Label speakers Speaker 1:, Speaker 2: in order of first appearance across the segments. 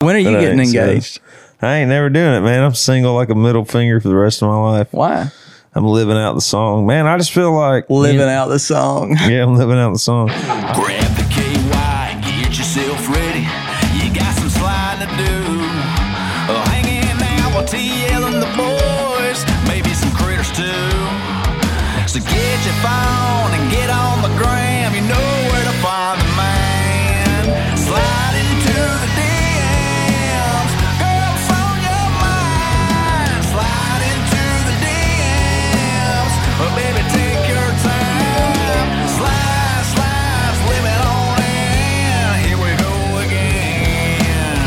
Speaker 1: When are you
Speaker 2: That
Speaker 1: getting
Speaker 2: ain't so-
Speaker 1: engaged?
Speaker 2: I ain't never doing it, man. I'm single like a middle finger for the rest of my life.
Speaker 1: Why?
Speaker 2: I'm living out the song, man. I just feel like
Speaker 1: Living out the song.
Speaker 2: yeah, I'm living out the song.
Speaker 3: Grab the KY and get yourself ready. You got some sliding to do. Oh, hanging out with TL and the boys, maybe some critters too. So get your phone and get on the gram. You know where to find the man. Slide into the DMs. Girls on your mind. Slide into the DMs. But baby, take your time. Slide, slide, slim it on in. Here we go again.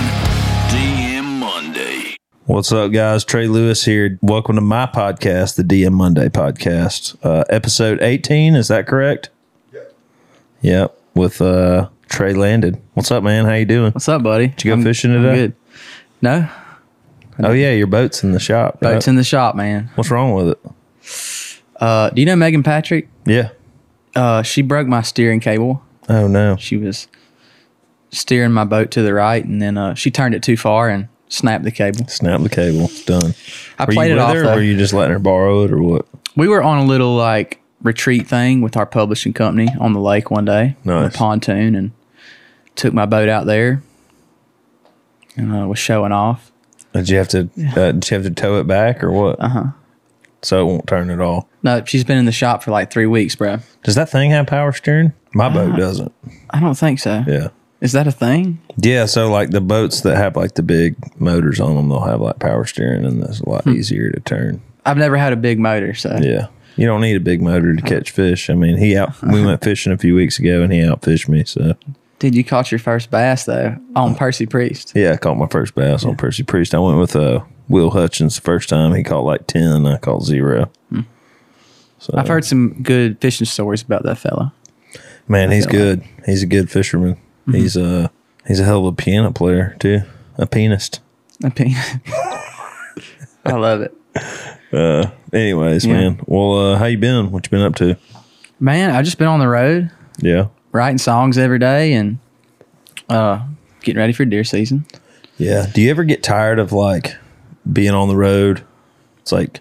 Speaker 3: DM Monday.
Speaker 2: What's up, guys? Trey Lewis here. Welcome to my podcast, the DM Monday podcast, uh, episode 18. Is that correct? Yep. Yep. With uh, Trey Landed. What's up, man? How you doing?
Speaker 1: What's up, buddy? Did
Speaker 2: you go fishing today?
Speaker 1: good. No,
Speaker 2: Oh yeah, your boat's in the shop. right?
Speaker 1: boat's in the shop, man.
Speaker 2: What's wrong with it?
Speaker 1: Uh, do you know Megan Patrick?
Speaker 2: Yeah.
Speaker 1: Uh, she broke my steering cable.
Speaker 2: Oh no.
Speaker 1: She was steering my boat to the right, and then uh, she turned it too far and snapped the cable.
Speaker 2: Snap the cable. It's done.
Speaker 1: I
Speaker 2: Were you
Speaker 1: played it
Speaker 2: with
Speaker 1: off.
Speaker 2: her,
Speaker 1: though.
Speaker 2: or were you just letting her borrow it, or what?
Speaker 1: we were on a little like retreat thing with our publishing company on the lake one day on a
Speaker 2: Nice.
Speaker 1: pontoon and took my boat out there and uh, was showing off
Speaker 2: Did you have to? Uh, did you have to tow it back, or what? Uh huh. So it won't turn at all.
Speaker 1: no she's been in the shop for like three weeks bro
Speaker 2: Does that thing have power steering? My boat doesn't.
Speaker 1: i don't think so
Speaker 2: Yeah.
Speaker 1: is that a thing
Speaker 2: Yeah, so like the boats that have like the big motors on them, they'll have like power steering, and that's a lot easier to turn.
Speaker 1: i've never had a big motor so
Speaker 2: Yeah, you don't need a big motor to catch fish. I mean, he out. We went fishing a few weeks ago, and he outfished me. So
Speaker 1: dude you caught your first bass though on percy priest
Speaker 2: Uh, yeah, I caught my first bass on Percy Priest. I went with uh, Will Hutchins the first time. He caught like ten. I caught zero. So
Speaker 1: i've heard some good fishing stories about that fella
Speaker 2: man, he's good. He's a good fisherman. He's uh he's a hell of a piano player too. A pianist.
Speaker 1: I pe- i love it
Speaker 2: Anyways, man. Well, uh, how you been? What you been up to?
Speaker 1: man i've just been on the road
Speaker 2: Yeah.
Speaker 1: writing songs every day and uh getting ready for deer season.
Speaker 2: Yeah. Do you ever get tired of like being on the road? It's like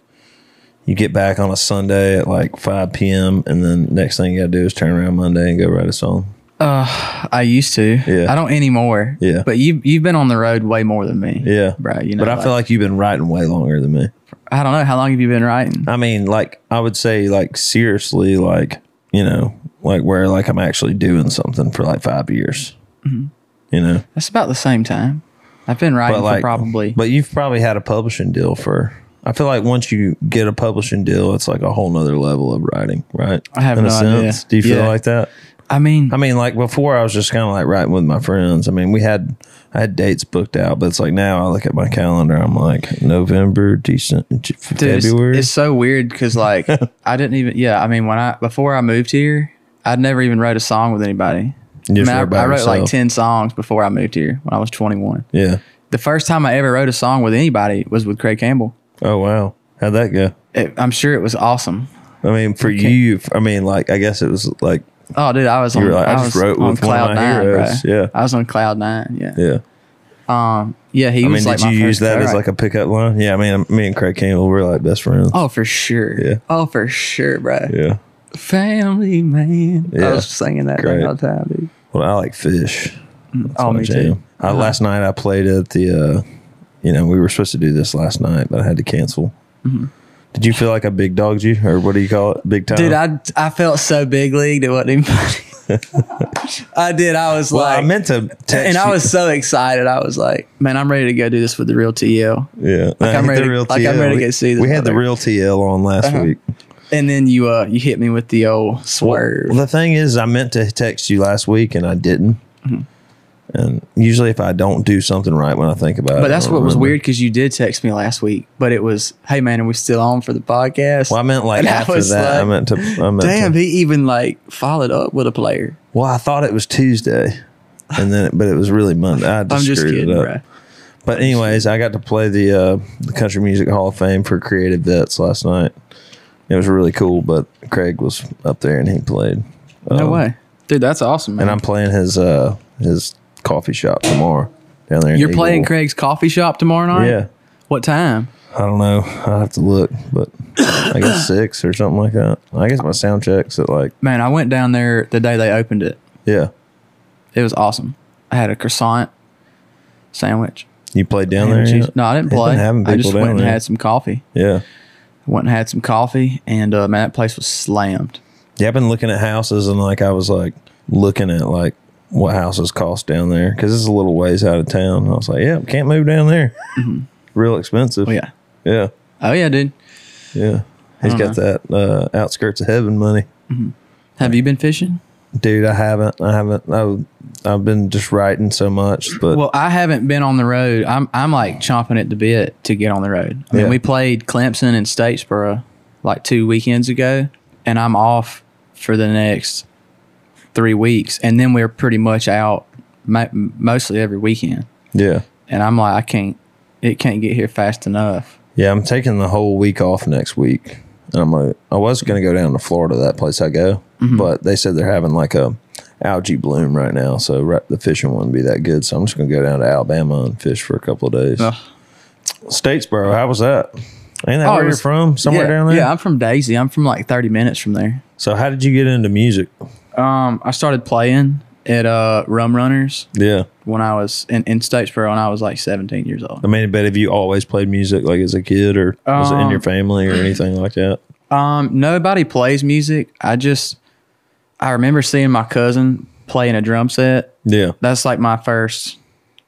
Speaker 2: you get back on a Sunday at like 5 p.m. and then next thing you got to do is turn around Monday and go write a song.
Speaker 1: I used to.
Speaker 2: Yeah.
Speaker 1: I don't anymore.
Speaker 2: Yeah.
Speaker 1: But you you've been on the road way more than me.
Speaker 2: Yeah.
Speaker 1: Bro, you know.
Speaker 2: but I feel like you've been writing way longer than me.
Speaker 1: I don't know how long have you been writing?
Speaker 2: I mean, like, I would say, like, seriously, like, you know, like where like I'm actually doing something for like five years, you know,
Speaker 1: That's about the same time. I've been writing
Speaker 2: but
Speaker 1: Mm-hmm.
Speaker 2: like,
Speaker 1: for probably
Speaker 2: but you've probably had a publishing deal for. I feel like once you get a publishing deal, it's like a whole nother level of writing, right?
Speaker 1: I have
Speaker 2: In a
Speaker 1: no idea.
Speaker 2: sense. Do you feel
Speaker 1: Yeah.
Speaker 2: like that?
Speaker 1: I mean
Speaker 2: I mean, like before, I was just kind of like writing with my friends. I mean, we had I had dates booked out, but it's like now I look at my calendar, I'm like November, decent
Speaker 1: dude, it's,
Speaker 2: February.
Speaker 1: it's so weird cuz like I didn't even yeah, I mean when I before I moved here, I'd never even wrote a song with anybody.
Speaker 2: just
Speaker 1: I,
Speaker 2: wrote
Speaker 1: mean,
Speaker 2: by
Speaker 1: I, I wrote like
Speaker 2: yourself.
Speaker 1: 10 songs before I moved here when I was 21.
Speaker 2: yeah.
Speaker 1: The first time I ever wrote a song with anybody was with Craig Campbell.
Speaker 2: Oh wow, how'd that go?
Speaker 1: It, I'm sure it was awesome.
Speaker 2: I mean, for you, I mean, like I guess it was like
Speaker 1: Oh, dude, I was on.
Speaker 2: were like,
Speaker 1: I,
Speaker 2: I
Speaker 1: was
Speaker 2: just wrote
Speaker 1: on
Speaker 2: with one of
Speaker 1: cloud
Speaker 2: my
Speaker 1: nine,
Speaker 2: heroes.
Speaker 1: bro.
Speaker 2: Yeah.
Speaker 1: I was on cloud nine. Yeah, yeah.
Speaker 2: yeah.
Speaker 1: he
Speaker 2: I mean,
Speaker 1: was like
Speaker 2: did
Speaker 1: my
Speaker 2: you use
Speaker 1: first
Speaker 2: that as
Speaker 1: co-writer.
Speaker 2: like a pickup line? Yeah, I mean, me and Craig Campbell, we're like best friends.
Speaker 1: Oh, for sure.
Speaker 2: Yeah.
Speaker 1: Oh, for sure, bro.
Speaker 2: Yeah.
Speaker 1: Family man. I
Speaker 2: Yeah.
Speaker 1: was singing that
Speaker 2: Great.
Speaker 1: thing all the time, dude.
Speaker 2: Well, I like fish.
Speaker 1: oh, me
Speaker 2: jam.
Speaker 1: too.
Speaker 2: I, last night I played at the, uh, you know, we were supposed to do this last night, but I had to cancel.
Speaker 1: Mm-hmm.
Speaker 2: Did you feel like I big dogged you, or what do you call it, big time?
Speaker 1: Dude, I I felt so big leagued. It wasn't even funny. I did. I was
Speaker 2: well,
Speaker 1: like,
Speaker 2: I meant to text
Speaker 1: and I
Speaker 2: you.
Speaker 1: was so excited. I was like, man, I'm ready to go do this with the real TL.
Speaker 2: yeah,
Speaker 1: like, I'm ready to- like, I'm ready to Uh-huh. go see this
Speaker 2: We had the
Speaker 1: brother.
Speaker 2: real TL on last week.
Speaker 1: And then you uh you hit me with the old swerve.
Speaker 2: Well, the thing is, I meant to text you last week and I didn't.
Speaker 1: Mm-hmm.
Speaker 2: And usually, if I don't do something right when I think about it,
Speaker 1: but
Speaker 2: I
Speaker 1: that's
Speaker 2: don't
Speaker 1: what was
Speaker 2: remember.
Speaker 1: weird because you did text me last week, but it was, hey man, are we still on for the podcast?
Speaker 2: Well, I meant like
Speaker 1: And I
Speaker 2: after
Speaker 1: was
Speaker 2: that. I
Speaker 1: like,
Speaker 2: meant to. I meant
Speaker 1: Damn,
Speaker 2: to-
Speaker 1: he even like followed up with a player.
Speaker 2: well, I thought it was Tuesday, and then but it was really Monday. I just
Speaker 1: I'm just
Speaker 2: screwed
Speaker 1: kidding,
Speaker 2: it up.
Speaker 1: bro.
Speaker 2: But anyways, I got to play the uh, the Country Music Hall of Fame for Creative Vets last night. It was really cool. But Craig was up there and he played. Oh.
Speaker 1: No way, dude. That's awesome, man.
Speaker 2: And I'm playing his uh, his coffee shop tomorrow. down there. in
Speaker 1: You're
Speaker 2: Eagle.
Speaker 1: playing Craig's coffee shop tomorrow night?
Speaker 2: Yeah.
Speaker 1: What time?
Speaker 2: I don't know. I have to look, but I guess six or something like that. I guess my sound checks at like
Speaker 1: Man, I went down there the day they opened it.
Speaker 2: yeah.
Speaker 1: It was awesome. I had a croissant sandwich.
Speaker 2: You played down
Speaker 1: ham and
Speaker 2: there.
Speaker 1: cheese.
Speaker 2: yet?
Speaker 1: No, I didn't
Speaker 2: They've been
Speaker 1: play.
Speaker 2: having
Speaker 1: I
Speaker 2: people
Speaker 1: just
Speaker 2: down
Speaker 1: went and
Speaker 2: there.
Speaker 1: had some coffee.
Speaker 2: Yeah.
Speaker 1: Went and had some coffee, and uh, man, that place was slammed.
Speaker 2: Yeah, I've been looking at houses and like I was like looking at like what houses cost down there because it's a little ways out of town. I was like, yeah, can't move down there. Real expensive.
Speaker 1: Mm-hmm. Oh yeah.
Speaker 2: Yeah.
Speaker 1: Oh yeah, dude.
Speaker 2: Yeah. He's got that uh, outskirts of heaven money.
Speaker 1: Have you been fishing?
Speaker 2: Dude, I haven't. I haven't. I've, I've been just writing so much, but
Speaker 1: Well, I haven't been on the road. I'm I'm like chomping at the bit to get on the road. I mean,
Speaker 2: Yeah.
Speaker 1: we played Clemson and Statesboro like two weekends ago, and I'm off for the next three weeks, and then we're pretty much out mo- mostly every weekend.
Speaker 2: yeah.
Speaker 1: And I'm like, I can't, it can't get here fast enough.
Speaker 2: Yeah, I'm taking the whole week off next week. And I'm like, I was gonna go down to Florida, that place I go,
Speaker 1: Mm-hmm.
Speaker 2: but they said they're having like a algae bloom right now, so right, the fishing wouldn't be that good. So I'm just gonna go down to Alabama and fish for a couple of days.
Speaker 1: Ugh.
Speaker 2: Statesboro, how was that? Ain't that
Speaker 1: Oh,
Speaker 2: where
Speaker 1: it
Speaker 2: you're
Speaker 1: was-
Speaker 2: from? Somewhere
Speaker 1: yeah,
Speaker 2: down there.
Speaker 1: Yeah, I'm from Daisy. I'm from like 30 minutes from there.
Speaker 2: So how did you get into music?
Speaker 1: Um, I started playing at uh Rum Runners
Speaker 2: Yeah,
Speaker 1: when I was in, in Statesboro when I was like 17 years old.
Speaker 2: I mean, but have you always played music like as a kid, or was it in
Speaker 1: Um,
Speaker 2: your family or anything like that?
Speaker 1: Um, nobody plays music. I just I remember seeing my cousin playing a drum set.
Speaker 2: Yeah,
Speaker 1: That's like my first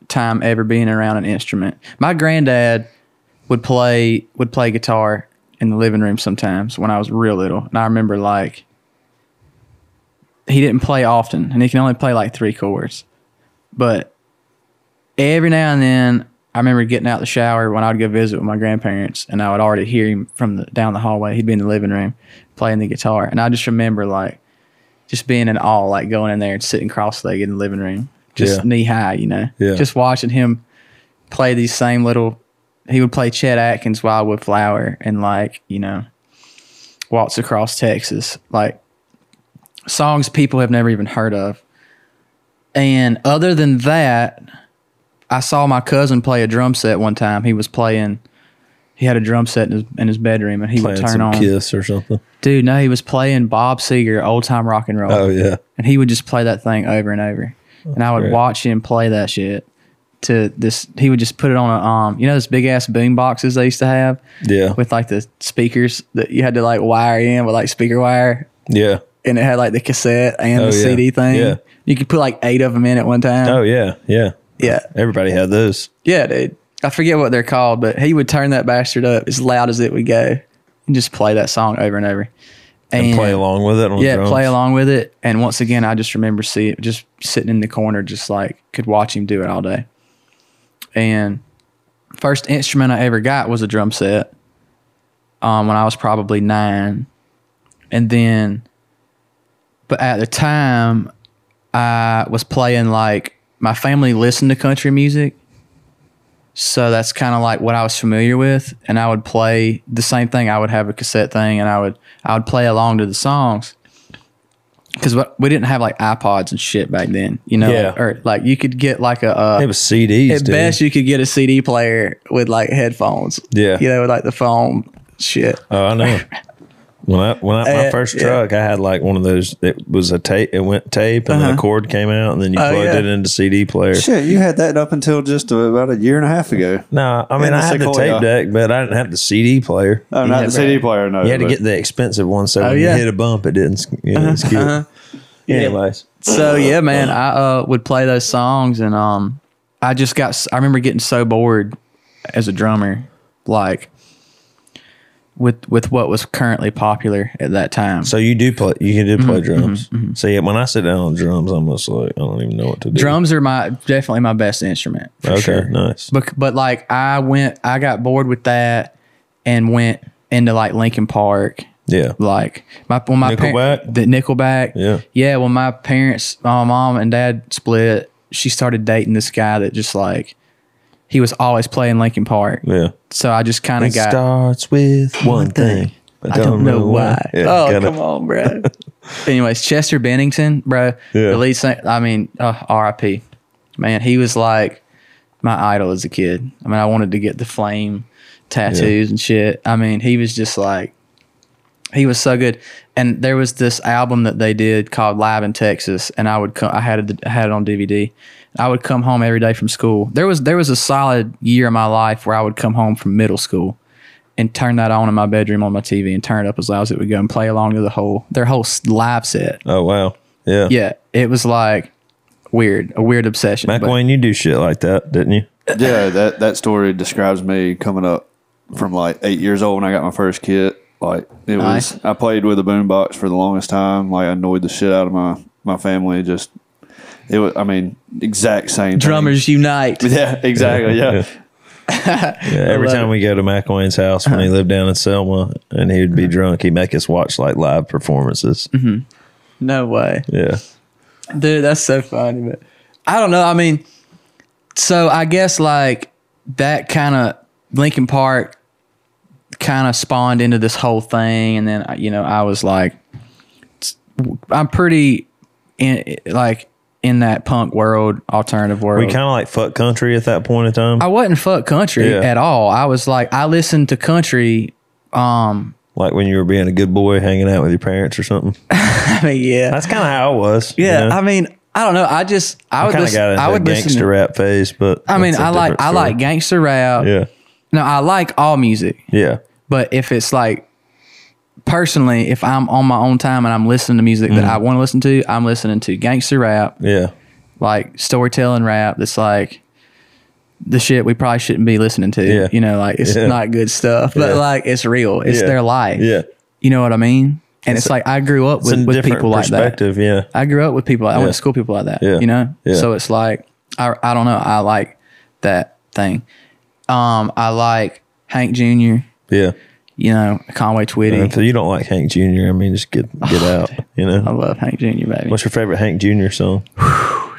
Speaker 1: time ever being around an instrument. My granddad would play would play guitar in the living room sometimes when I was real little, and I remember like he didn't play often, and he can only play like three chords, but every now and then. I remember getting out the shower when I would go visit with my grandparents, and I would already hear him from the, down the hallway. He'd be in the living room playing the guitar, and I just remember like just being in awe, like going in there and sitting cross-legged in the living room, just
Speaker 2: Yeah.
Speaker 1: knee high, you know,
Speaker 2: Yeah.
Speaker 1: just watching him play these same little. He would play Chet Atkins, Wildwood Flower, and like you know, Waltz Across Texas, like songs people have never even heard of. And other than that, I saw my cousin play a drum set one time. He was playing. He had a drum set in his, in his bedroom, and he
Speaker 2: playing
Speaker 1: would turn
Speaker 2: some
Speaker 1: on.
Speaker 2: Kiss or something.
Speaker 1: Dude, no, he was playing Bob Seger, old time rock and roll.
Speaker 2: Oh yeah,
Speaker 1: And he would just play that thing over and over. And I would
Speaker 2: great.
Speaker 1: watch him play that shit to this. He would just put it on a, um, you know, those big ass boom boxes they used to have
Speaker 2: yeah,
Speaker 1: with like the speakers that you had to like wire in with like speaker wire.
Speaker 2: yeah.
Speaker 1: And it had like the cassette and
Speaker 2: Oh,
Speaker 1: the
Speaker 2: yeah.
Speaker 1: CD thing.
Speaker 2: Yeah.
Speaker 1: You could put like eight of them in at one time.
Speaker 2: Oh yeah, yeah.
Speaker 1: Yeah.
Speaker 2: Everybody had those.
Speaker 1: Yeah, dude. I forget what they're called, but he would turn that bastard up as loud as it would go and just play that song over and over.
Speaker 2: and, play along with it on
Speaker 1: Yeah,
Speaker 2: drums.
Speaker 1: play along with it. And once again, I just remember see it just sitting in the corner, just like could watch him do it all day. And first instrument I ever got was a drum set. Um, when I was probably nine, and then, but at the time, I was playing like my family listened to country music. So that's kind of like what I was familiar with, and I would play the same thing. I would have a cassette thing, and I would I would play along to the songs because we didn't have like iPods and shit back then, you know.
Speaker 2: Yeah.
Speaker 1: Or like you could get like a uh,
Speaker 2: It was CDs.
Speaker 1: at
Speaker 2: dude.
Speaker 1: best you could get a CD player with like headphones.
Speaker 2: Yeah.
Speaker 1: you know, with like the foam shit.
Speaker 2: Oh, I know. When I when I, my
Speaker 1: Uh,
Speaker 2: first
Speaker 1: yeah.
Speaker 2: truck, I had like one of those. It was a tape. It went tape, and then a cord came out, and then you
Speaker 1: Uh-huh. Oh,
Speaker 2: plugged
Speaker 1: yeah.
Speaker 2: it into CD player.
Speaker 4: Shit, you had that up until just about a year and a half ago.
Speaker 2: No, I mean
Speaker 4: And
Speaker 2: I
Speaker 4: the
Speaker 2: had the
Speaker 4: Sequoia.
Speaker 2: tape deck, but I didn't have the CD player.
Speaker 4: Oh, not
Speaker 1: Yeah,
Speaker 4: the CD
Speaker 1: right.
Speaker 4: player, no.
Speaker 2: You had to
Speaker 4: but-
Speaker 2: get the expensive one, so when
Speaker 1: Oh, yeah. Uh-huh,
Speaker 2: you hit a bump, it didn't. You know, skip. Anyways,
Speaker 1: so yeah, man, I uh, would play those songs, and um, I just got. s- I remember getting so bored as a drummer, like with with what was currently popular at that time.
Speaker 2: so you do play. You do
Speaker 1: Mm-hmm,
Speaker 2: play drums. So yeah, when I sit down on drums, I'm just like I don't even know what to do.
Speaker 1: drums are my definitely my best instrument. For
Speaker 2: Okay,
Speaker 1: sure.
Speaker 2: nice.
Speaker 1: But, but like I went, I got bored with that, and went into like Linkin Park
Speaker 2: Yeah.
Speaker 1: like my when my par-
Speaker 2: Nickelback?
Speaker 1: the Nickelback.
Speaker 2: Yeah.
Speaker 1: yeah. When my parents, my mom and dad split, she started dating this guy that just like he was always playing Linkin Park.
Speaker 2: Yeah.
Speaker 1: So I just kind
Speaker 2: It
Speaker 1: of got.
Speaker 2: starts with one
Speaker 1: thing.
Speaker 2: thing.
Speaker 1: I don't know why.
Speaker 2: Yeah,
Speaker 1: oh
Speaker 2: kinda-
Speaker 1: come on, bro. Anyways, Chester Bennington, bro,
Speaker 2: Yeah.
Speaker 1: the lead singer. I mean, uh, R.I.P. Man, he was like my idol as a kid. I mean, I wanted to get the flame tattoos and shit. I mean, he was just like, he was so good. And there was this album that they did called Live in Texas, and I would come. I had it. I had it on DVD. I would come home every day from school. There was there was a solid year of my life where I would come home from middle school and turn that on in my bedroom on my TV and turn it up as loud as it would go and play along to the whole their whole s- live set.
Speaker 2: Oh wow. Yeah.
Speaker 1: Yeah, it was like weird, a weird obsession.
Speaker 2: Back
Speaker 1: but-
Speaker 2: when you do shit like that, didn't you?
Speaker 4: yeah, that that story describes me coming up from like eight years old when I got my first kit. Like it
Speaker 1: Nice.
Speaker 4: was, I played with a boombox for the longest time. Like I annoyed the shit out of my my family. Just it was, I mean, exact same thing.
Speaker 1: drummers unite.
Speaker 4: Yeah, exactly. Yeah,
Speaker 2: Yeah,
Speaker 1: love
Speaker 2: every
Speaker 1: Uh-huh.
Speaker 2: time we go to McElwain's house when he lived down in Selma and he would be drunk, he'd make us watch like live performances.
Speaker 1: Mm-hmm. No way,
Speaker 2: Yeah.
Speaker 1: dude. That's so funny. But I don't know. I mean, so I guess like that kind of Lincoln Park kind of spawned into this whole thing, and then uh, you know I was like, I'm pretty in like in that punk world, alternative world.
Speaker 2: We kind of like fuck country at that point in time.
Speaker 1: I wasn't fuck country
Speaker 2: Yeah.
Speaker 1: at all. I was like, I listened to country.
Speaker 2: like when you were being a good boy hanging out with your parents or something.
Speaker 1: I mean, yeah,
Speaker 2: That's kind of how I was. you
Speaker 1: yeah.
Speaker 2: know?
Speaker 1: I mean, I don't know. I just I,
Speaker 2: I
Speaker 1: would
Speaker 2: kind of
Speaker 1: listen.
Speaker 2: got into
Speaker 1: I would
Speaker 2: gangster
Speaker 1: listen. To,
Speaker 2: rap phase, but
Speaker 1: I mean,
Speaker 2: that's a
Speaker 1: I like
Speaker 2: different
Speaker 1: I like
Speaker 2: story.
Speaker 1: gangster rap.
Speaker 2: Yeah.
Speaker 1: No, I like all music,
Speaker 2: Yeah.
Speaker 1: but if it's like personally, if I'm on my own time and I'm listening to music
Speaker 2: Mm.
Speaker 1: that I want to listen to, I'm listening to gangster rap,
Speaker 2: Yeah.
Speaker 1: like storytelling rap. That's like the shit we probably shouldn't be listening to.
Speaker 2: Yeah.
Speaker 1: You know, like it's
Speaker 2: Yeah.
Speaker 1: not good stuff, but
Speaker 2: Yeah.
Speaker 1: like it's real. It's
Speaker 2: Yeah.
Speaker 1: their life.
Speaker 2: Yeah.
Speaker 1: You know what I mean? And it's, like I grew up
Speaker 2: It's a
Speaker 1: with, with
Speaker 2: different
Speaker 1: people like that.
Speaker 2: perspective. Yeah.
Speaker 1: I grew up with people. I
Speaker 2: Yeah.
Speaker 1: went to school with people like that.
Speaker 2: Yeah.
Speaker 1: You know.
Speaker 2: Yeah.
Speaker 1: So it's like I I don't know. I like that thing. Um, I like Hank Jr.
Speaker 2: Yeah.
Speaker 1: You know Conway Twitty.
Speaker 2: And so you don't like Hank Jr. I mean, just get get out. You
Speaker 1: I
Speaker 2: know.
Speaker 1: love Hank Jr. Baby.
Speaker 2: What's your favorite Hank Jr. song?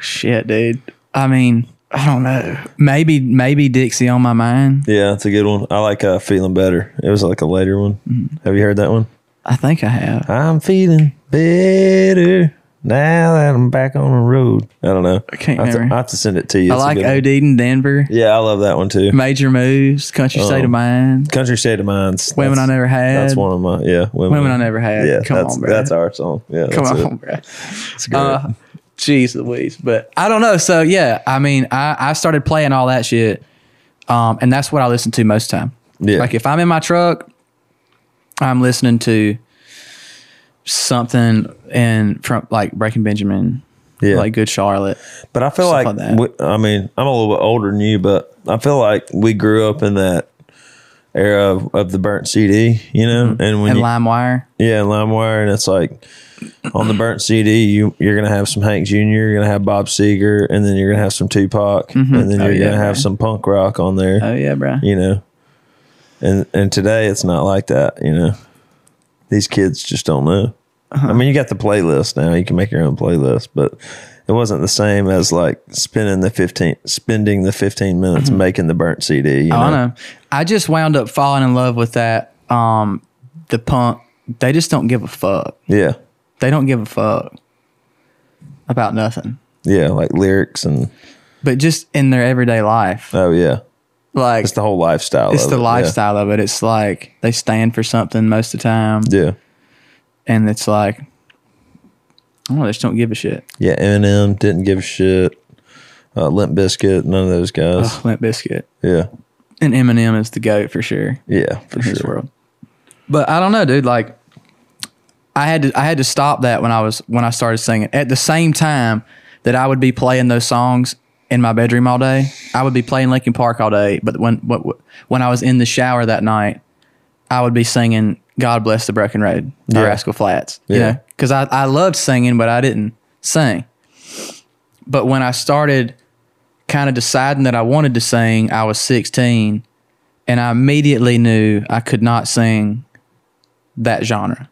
Speaker 1: Shit, dude. I mean, I don't know. Maybe maybe Dixie on my mind.
Speaker 2: Yeah, that's a good one. I like uh, "Feeling Better." It was like a later one.
Speaker 1: Mm-hmm.
Speaker 2: Have you heard that one?
Speaker 1: I think I have.
Speaker 2: I'm feeling better now that I'm back on the road. I don't know. I
Speaker 1: can't
Speaker 2: I have, to,
Speaker 1: remember.
Speaker 2: I have to send it to you.
Speaker 1: I
Speaker 2: It's a
Speaker 1: like
Speaker 2: good one.
Speaker 1: OD in Denver.
Speaker 2: Yeah, I love that one too.
Speaker 1: Major moves. Country state of mind.
Speaker 2: Country State of Minds.
Speaker 1: Women
Speaker 2: That's-
Speaker 1: I never had.
Speaker 2: That's one of my yeah.
Speaker 1: Women I Never Had.
Speaker 2: Yeah,
Speaker 1: Come
Speaker 2: that's,
Speaker 1: on, bro.
Speaker 2: That's our song. Yeah,
Speaker 1: Come
Speaker 2: that's it.
Speaker 1: on, bro.
Speaker 2: It's great.
Speaker 1: Uh, Jeez Louise. But I don't know. So yeah, I mean, I, I started playing all that shit. Um, and that's what I listen to most time.
Speaker 2: Yeah.
Speaker 1: Like if I'm in my truck, I'm listening to something and from like Breaking Benjamin.
Speaker 2: Yeah.
Speaker 1: Like Good Charlotte.
Speaker 2: But I feel
Speaker 1: Stuff
Speaker 2: like,
Speaker 1: like that.
Speaker 2: we, I mean, I'm a little bit older than you, but I feel like we grew up in that era of, of the burnt CD, you know, and when
Speaker 1: Mm-hmm. And
Speaker 2: you,
Speaker 1: LimeWire.
Speaker 2: yeah, LimeWire, and it's like on the burnt CD, you you're gonna have some Hank Jr., you're gonna have Bob Seger, and then you're gonna have some Tupac, and then
Speaker 1: Oh,
Speaker 2: you're
Speaker 1: yeah,
Speaker 2: gonna have
Speaker 1: man.
Speaker 2: some punk rock on there,
Speaker 1: Oh yeah, bro.
Speaker 2: you know, and and today it's not like that, you know. These kids just don't know.
Speaker 1: Uh-huh.
Speaker 2: I mean, you got the playlist now; you can make your own playlist, but it wasn't the same as like spending the fifteen, spending the fifteen minutes making the burnt CD.
Speaker 1: Mm-hmm.
Speaker 2: You
Speaker 1: Oh, I
Speaker 2: know?
Speaker 1: don't know. I just wound up falling in love with that. Um, the punk. They just don't give a fuck.
Speaker 2: Yeah,
Speaker 1: They don't give a fuck about nothing.
Speaker 2: yeah, like lyrics and
Speaker 1: But just in their everyday life,
Speaker 2: oh yeah,
Speaker 1: like
Speaker 2: it's the whole lifestyle.
Speaker 1: it's
Speaker 2: of
Speaker 1: the
Speaker 2: it, yeah.
Speaker 1: lifestyle of it. It's like they stand for something most of the time,
Speaker 2: Yeah.
Speaker 1: and it's like, oh, they just don't give a shit.
Speaker 2: Yeah, Eminem didn't give a shit. Uh, Limp Biscuit, none of those guys.
Speaker 1: Ugh, Limp Biscuit
Speaker 2: Yeah,
Speaker 1: and Eminem is the goat for sure.
Speaker 2: yeah, for
Speaker 1: in
Speaker 2: sure.
Speaker 1: his world. But I don't know, dude. Like, I had to I had to stop that when I was when I started singing. At the same time that I would be playing those songs in my bedroom all day, I would be playing Linkin Park all day. But when what- when I was in the shower that night, I would be singing "God Bless the Broken Road" by
Speaker 2: Yeah.
Speaker 1: Rascal Flats. You
Speaker 2: Yeah.
Speaker 1: know, because I I loved singing, but I didn't sing. But when I started kind of deciding that I wanted to sing, I was 16 and I immediately knew I could not sing that genre.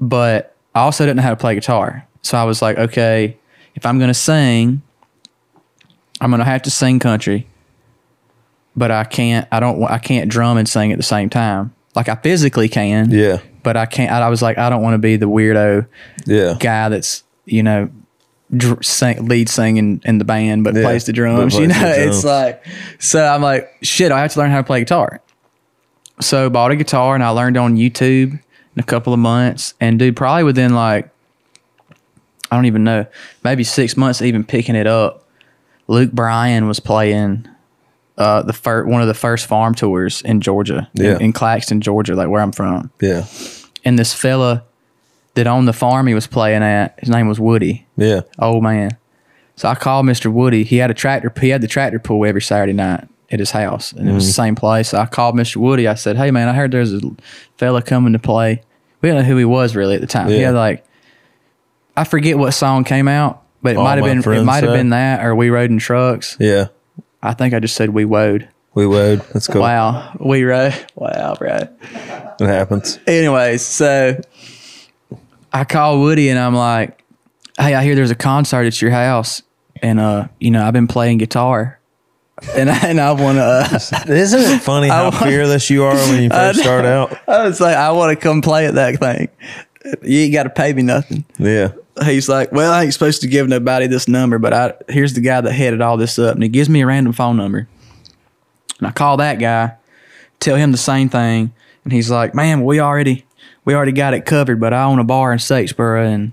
Speaker 1: But I also didn't know how to play guitar. So I was like, okay, if I'm going to sing, I'm going to have to sing country. But I can't I don't wa- I can't drum and sing at the same time. Like I physically can.
Speaker 2: Yeah,
Speaker 1: But I can't I, I was like I don't want to be the weirdo
Speaker 2: yeah,
Speaker 1: guy that's, you know, dr- sing, lead singing in the band, but
Speaker 2: Yeah,
Speaker 1: plays the
Speaker 2: but
Speaker 1: drums. You
Speaker 2: plays the
Speaker 1: know, it's
Speaker 2: drums.
Speaker 1: like so. I'm like, shit. I have to learn how to play guitar. So bought a guitar and I learned on YouTube in a couple of months. And dude, probably within like I don't even know, maybe six months of even picking it up. Luke Bryan was playing uh, the first one of the first farm tours in Georgia, in-
Speaker 2: Yeah.
Speaker 1: in, Claxton, Georgia, like where I'm from.
Speaker 2: Yeah.
Speaker 1: And this fella that owned the farm he was playing at, his name was Woody.
Speaker 2: Yeah.
Speaker 1: Oh man. So I called Mr. Woody. He had a tractor. He had the tractor pool every Saturday night at his house, and it was the
Speaker 2: Mm.
Speaker 1: same place. So I called Mr. Woody. I said, "Hey man, I heard there's a fella coming to play." We didn't know who he was really at the time. He
Speaker 2: Yeah.
Speaker 1: had like, I forget what song came out, but it
Speaker 2: All
Speaker 1: might have
Speaker 2: My
Speaker 1: been it
Speaker 2: Friends
Speaker 1: might have
Speaker 2: Say.
Speaker 1: been that or we rode in trucks.
Speaker 2: Yeah.
Speaker 1: I think I just said we rode.
Speaker 2: We would. That's cool.
Speaker 1: Wow, we rode. Wow, bro
Speaker 2: It happens.
Speaker 1: anyways, so I call Woody and I'm like, "Hey, I hear there's a concert at your house, and uh, you know, I've been playing guitar, and I, and I uh, want to,
Speaker 2: Isn't it funny how
Speaker 1: want-
Speaker 2: fearless you are when you first start out?
Speaker 1: I was like, I want to come play at that thing. You ain't got to pay me nothing."
Speaker 2: Yeah.
Speaker 1: He's like, "Well, I ain't supposed to give nobody this number, but I here's the guy that headed all this up, and he gives me a random phone number, and I call that guy, tell him the same thing, and he's like, "Man, we already." We already got it covered, but I own a bar in Statesboro, and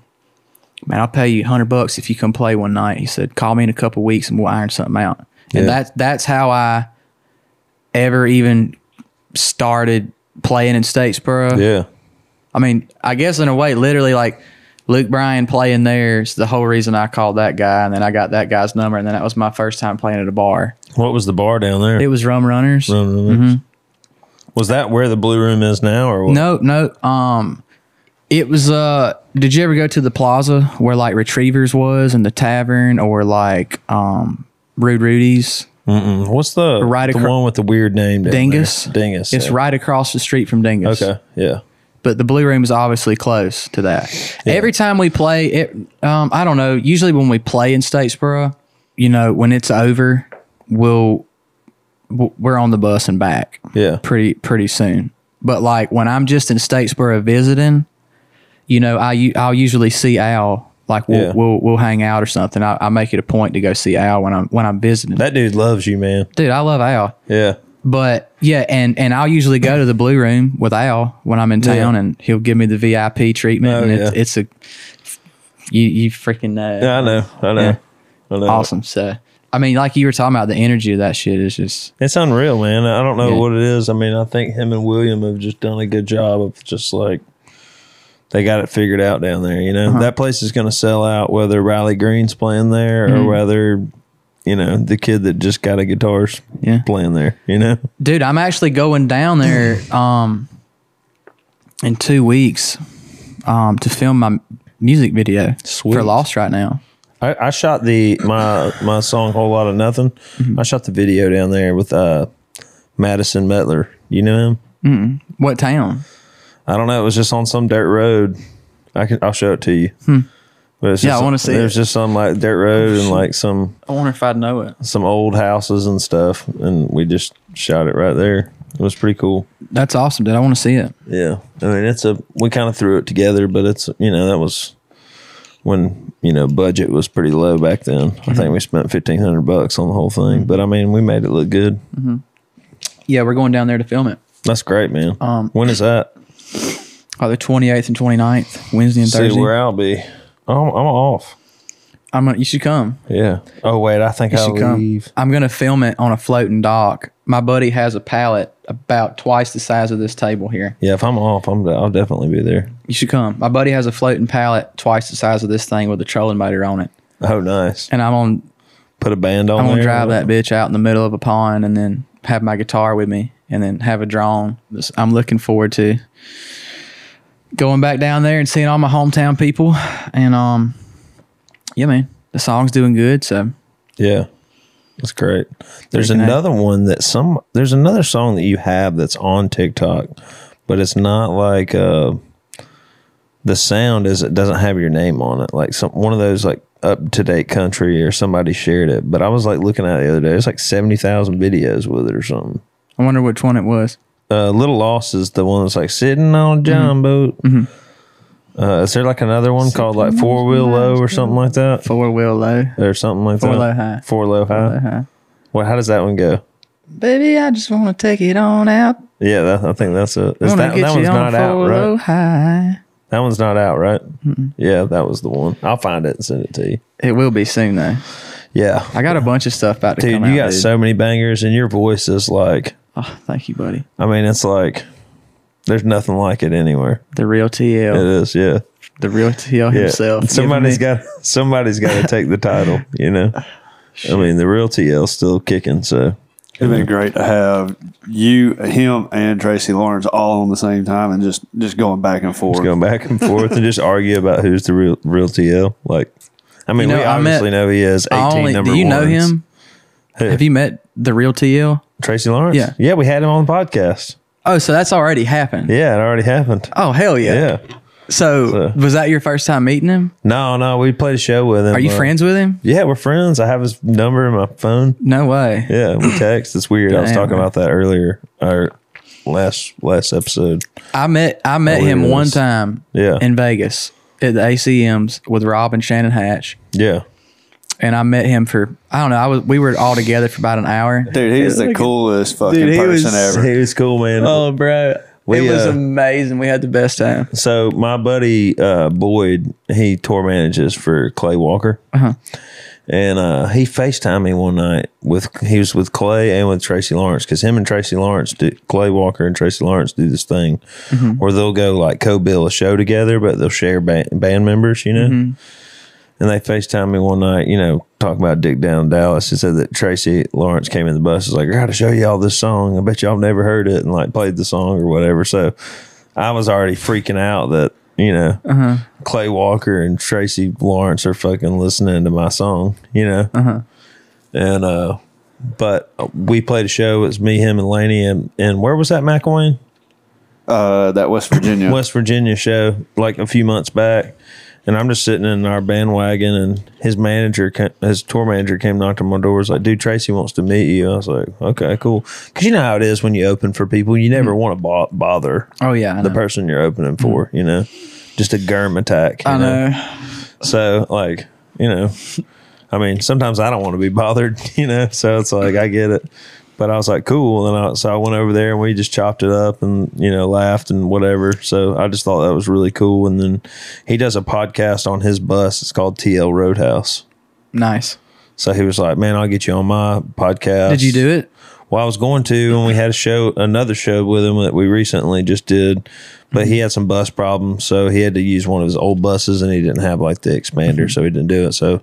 Speaker 1: man, I'll pay you hundred bucks if you come play one night. He said, call me in a couple weeks and we'll iron something out. And
Speaker 2: Yeah.
Speaker 1: that's that's how I ever even started playing in Statesboro.
Speaker 2: Yeah.
Speaker 1: I mean, I guess in a way, literally like Luke Bryan playing there is the whole reason I called that guy, and then I got that guy's number, and then that was my first time playing at a bar.
Speaker 2: What was the bar down there?
Speaker 1: It was Rum Runners.
Speaker 2: Room of Rooms. Was that where the blue room is now, or what?
Speaker 1: No, no. Um, it was. Uh, did you ever go to the plaza where like Retrievers was and the tavern, or like um, Rude Rudy's
Speaker 2: Mm-mm. What's the
Speaker 1: Right
Speaker 2: the
Speaker 1: acro-
Speaker 2: one with the weird name? down
Speaker 1: Dingus?
Speaker 2: there? Dingus.
Speaker 1: It's
Speaker 2: yeah.
Speaker 1: right across the street from Dingus.
Speaker 2: Okay. Yeah.
Speaker 1: but the blue room is obviously close to that. Every time we play it, um, I don't know. Usually when we play in Statesboro, you know, when it's over, we'll w- we're on the bus and back
Speaker 2: Yeah.
Speaker 1: pretty pretty soon. But like when I'm just in Statesboro visiting, you know, I u- I'll usually see Al. Like we'll
Speaker 2: Yeah.
Speaker 1: we'll, we'll hang out or something. I, I make it a point to go see Al when I'm when I'm visiting.
Speaker 2: That dude loves you, man.
Speaker 1: Dude, I love Al.
Speaker 2: Yeah.
Speaker 1: But yeah, and and I'll usually go to the blue room with Al when I'm in town, and he'll give me the VIP treatment,
Speaker 2: Oh,
Speaker 1: and it's,
Speaker 2: yeah.
Speaker 1: it's a you you freaking know,
Speaker 2: Yeah, I know. I know.
Speaker 1: Yeah.
Speaker 2: I know.
Speaker 1: awesome. So I mean, like you were talking about, the energy of that shit is just
Speaker 2: It's unreal, man. I don't know
Speaker 1: Yeah.
Speaker 2: what it is. I mean, I think him and William have just done a good job of just like they got it figured out down there. You know, that place is going to sell out whether Riley Green's playing there or whether you know the kid that just got a guitar's
Speaker 1: Yeah.
Speaker 2: playing there. You know,
Speaker 1: dude. I'm actually going down there um in two weeks um to film my music video
Speaker 2: Sweet.
Speaker 1: for Lost right now.
Speaker 2: I, I shot the my my song "Whole Lot of Nothing." I shot the video down there with uh Madison Metler. You know him?
Speaker 1: What town?
Speaker 2: I don't know. It was just on some dirt road. I can. I'll show it to you. But it's
Speaker 1: Hmm. Yeah,
Speaker 2: just-
Speaker 1: I wanna see
Speaker 2: There's
Speaker 1: it.
Speaker 2: just some like dirt road and like some
Speaker 1: I wonder if I'd know it.
Speaker 2: some old houses and stuff, and we just shot it right there. It was pretty cool.
Speaker 1: That's awesome, dude. I want to see it.
Speaker 2: Yeah, I mean it's a we kind of threw it together, but it's you know that was when you know budget was pretty low back then. I
Speaker 1: Mm-hmm.
Speaker 2: think we spent fifteen hundred bucks on the whole thing, but I mean we made it look good.
Speaker 1: Yeah, we're going down there to film it.
Speaker 2: That's great, man.
Speaker 1: Um,
Speaker 2: when is that?
Speaker 1: Oh, the 28th and 29th, Wednesday and Thursday.
Speaker 2: See where I'll be. I'm, I'm off.
Speaker 1: I'm gonna, you should come.
Speaker 2: Yeah. Oh wait, I think
Speaker 1: You
Speaker 2: I'll
Speaker 1: should come.
Speaker 2: leave.
Speaker 1: I'm gonna film it on a floating dock. My buddy has a pallet about twice the size of this table here.
Speaker 2: Yeah, if I'm off, I'm I'll definitely be there.
Speaker 1: You should come. My buddy has a floating pallet twice the size of this thing with a trolling motor on it.
Speaker 2: Oh, nice.
Speaker 1: And I'm on
Speaker 2: Put a band on.
Speaker 1: I'm gonna
Speaker 2: there.
Speaker 1: drive that bitch out in the middle of a pond and then have my guitar with me and then have a drone. This- I'm looking forward to going back down there and seeing all my hometown people. And um yeah, man. The song's doing good, so
Speaker 2: Yeah, that's great. There's
Speaker 1: Freaking A.
Speaker 2: another one that some. There's another song that you have that's on TikTok, but it's not like uh, the sound is it doesn't have your name on it. Like some one of those like up to date country or somebody shared it. But I was like looking at it the other day. It's like seventy thousand videos with it or something.
Speaker 1: I wonder which one it was. Mm-hmm.
Speaker 2: uh, Little Loss is the one that's like sitting on a John boat. Uh, is there like another one called like four wheel low or something like that,
Speaker 1: Four wheel low.
Speaker 2: or something like
Speaker 1: Four
Speaker 2: that?
Speaker 1: low high.
Speaker 2: Four low high.
Speaker 1: Uh-huh.
Speaker 2: Well, how does that one go?
Speaker 1: Baby, I just want to take it on out.
Speaker 2: Yeah, that, I think that's it. Is
Speaker 1: Wanna
Speaker 2: that,
Speaker 1: get
Speaker 2: that
Speaker 1: you
Speaker 2: one's
Speaker 1: on
Speaker 2: not out,
Speaker 1: four
Speaker 2: right?
Speaker 1: low high.
Speaker 2: That one's not out, right? Yeah, that was the one. I'll find it and send it to you.
Speaker 1: It will be soon though.
Speaker 2: Yeah,
Speaker 1: I got a bunch of stuff about to
Speaker 2: dude,
Speaker 1: come
Speaker 2: you
Speaker 1: out,
Speaker 2: got
Speaker 1: dude.
Speaker 2: so many bangers, and your voice is like,
Speaker 1: Oh, thank you, buddy.
Speaker 2: I mean, it's like, there's nothing like it anywhere.
Speaker 1: The real TL.
Speaker 2: It is, yeah,
Speaker 1: The real TL
Speaker 2: yeah.
Speaker 1: himself.
Speaker 2: Somebody's
Speaker 1: giving
Speaker 2: got somebody's got to take the title, you know. I mean, the real TL's still kicking, so
Speaker 4: It'd been great to have you, him, and Tracy Lawrence all on the same time and just just going back and forth.
Speaker 2: just going back and forth and just argue about who's the real real TL. Like, I mean,
Speaker 1: You know,
Speaker 2: we
Speaker 1: I met-
Speaker 2: obviously know he is
Speaker 1: me- I
Speaker 2: 18
Speaker 1: only-
Speaker 2: number
Speaker 1: do you know
Speaker 2: ones.
Speaker 1: him? Have you met the real TL?
Speaker 2: Tracy Lawrence?
Speaker 1: Yeah.
Speaker 2: yeah, we had him on the podcast.
Speaker 1: Oh, so that's already happened.
Speaker 2: Yeah, it already happened.
Speaker 1: Oh hell yeah.
Speaker 2: Yeah.
Speaker 1: So,
Speaker 2: So-
Speaker 1: was that your first time meeting him?
Speaker 2: No, no, we played a show with him.
Speaker 1: Are you
Speaker 2: Uh,
Speaker 1: friends with him?
Speaker 2: Yeah, we're friends. I have his number in my phone.
Speaker 1: No way.
Speaker 2: Yeah, we text. It's weird. I was
Speaker 1: Damn,
Speaker 2: talking
Speaker 1: man.
Speaker 2: about that earlier. Our last last episode.
Speaker 1: I met I met
Speaker 2: Oh,
Speaker 1: him
Speaker 2: it
Speaker 1: one
Speaker 2: is.
Speaker 1: time
Speaker 2: Yeah.
Speaker 1: in Vegas at the ACMs with Rob and Shannon Hatch.
Speaker 2: Yeah.
Speaker 1: And I met him for I don't know, I was we were all together for about an hour.
Speaker 4: Dude, he is the coolest fucking
Speaker 1: Dude, he
Speaker 4: person
Speaker 1: was-
Speaker 4: ever.
Speaker 2: He was cool, man.
Speaker 1: Oh bro.
Speaker 2: We,
Speaker 1: it was
Speaker 2: uh,
Speaker 1: amazing. We had the best time.
Speaker 2: So my buddy uh, Boyd, he tour manages for Clay Walker, and uh, he Facetimed me one night with he was with Clay and with Tracy Lawrence because him and Tracy Lawrence do Clay Walker and Tracy Lawrence do this thing where they'll go like co-bill a show together, but they'll share band, band members, you know. And they Facetime me one night, you know, talking about Dick Down in Dallas. It said that Tracy Lawrence came in the bus. Is like, I got to show y'all this song. I bet y'all never heard it, and like played the song or whatever. So I was already freaking out that you know
Speaker 1: Uh-huh.
Speaker 2: Clay Walker and Tracy Lawrence are fucking listening to my song, you know,
Speaker 1: Uh-huh.
Speaker 2: and uh, but we played a show. It was me, him, and Laney, and and where was that McElwain,
Speaker 4: Uh, that West Virginia.
Speaker 2: West Virginia show, like a few months back. And I'm just sitting in our bandwagon, and his manager, ca- his tour manager, came knocked on my door. Was like, "Dude, Tracy wants to meet you." I was like, "Okay, cool," because you know how it is when you open for people, you never want to bo- bother
Speaker 1: Mm. Oh yeah. I
Speaker 2: the
Speaker 1: know. Mm-hmm.
Speaker 2: person you're opening for, you know, just a germ attack. You
Speaker 1: I
Speaker 2: know?
Speaker 1: know.
Speaker 2: So, like, you know, I mean, sometimes I don't want to be bothered, you know, so it's like, I get it. But I was like, cool. And I, so I went over there and we just chopped it up and, you know, laughed and whatever. So I just thought that was really cool. And then he does a podcast on his bus. It's called TL Roadhouse.
Speaker 1: Nice.
Speaker 2: So he was like, man, I'll get you on my podcast.
Speaker 1: Did you do it?
Speaker 2: Well, I was going to, and we had a show, another show with him that we recently just did, but he had some bus problems, so he had to use one of his old buses, and he didn't have like the expander, so he didn't do it. So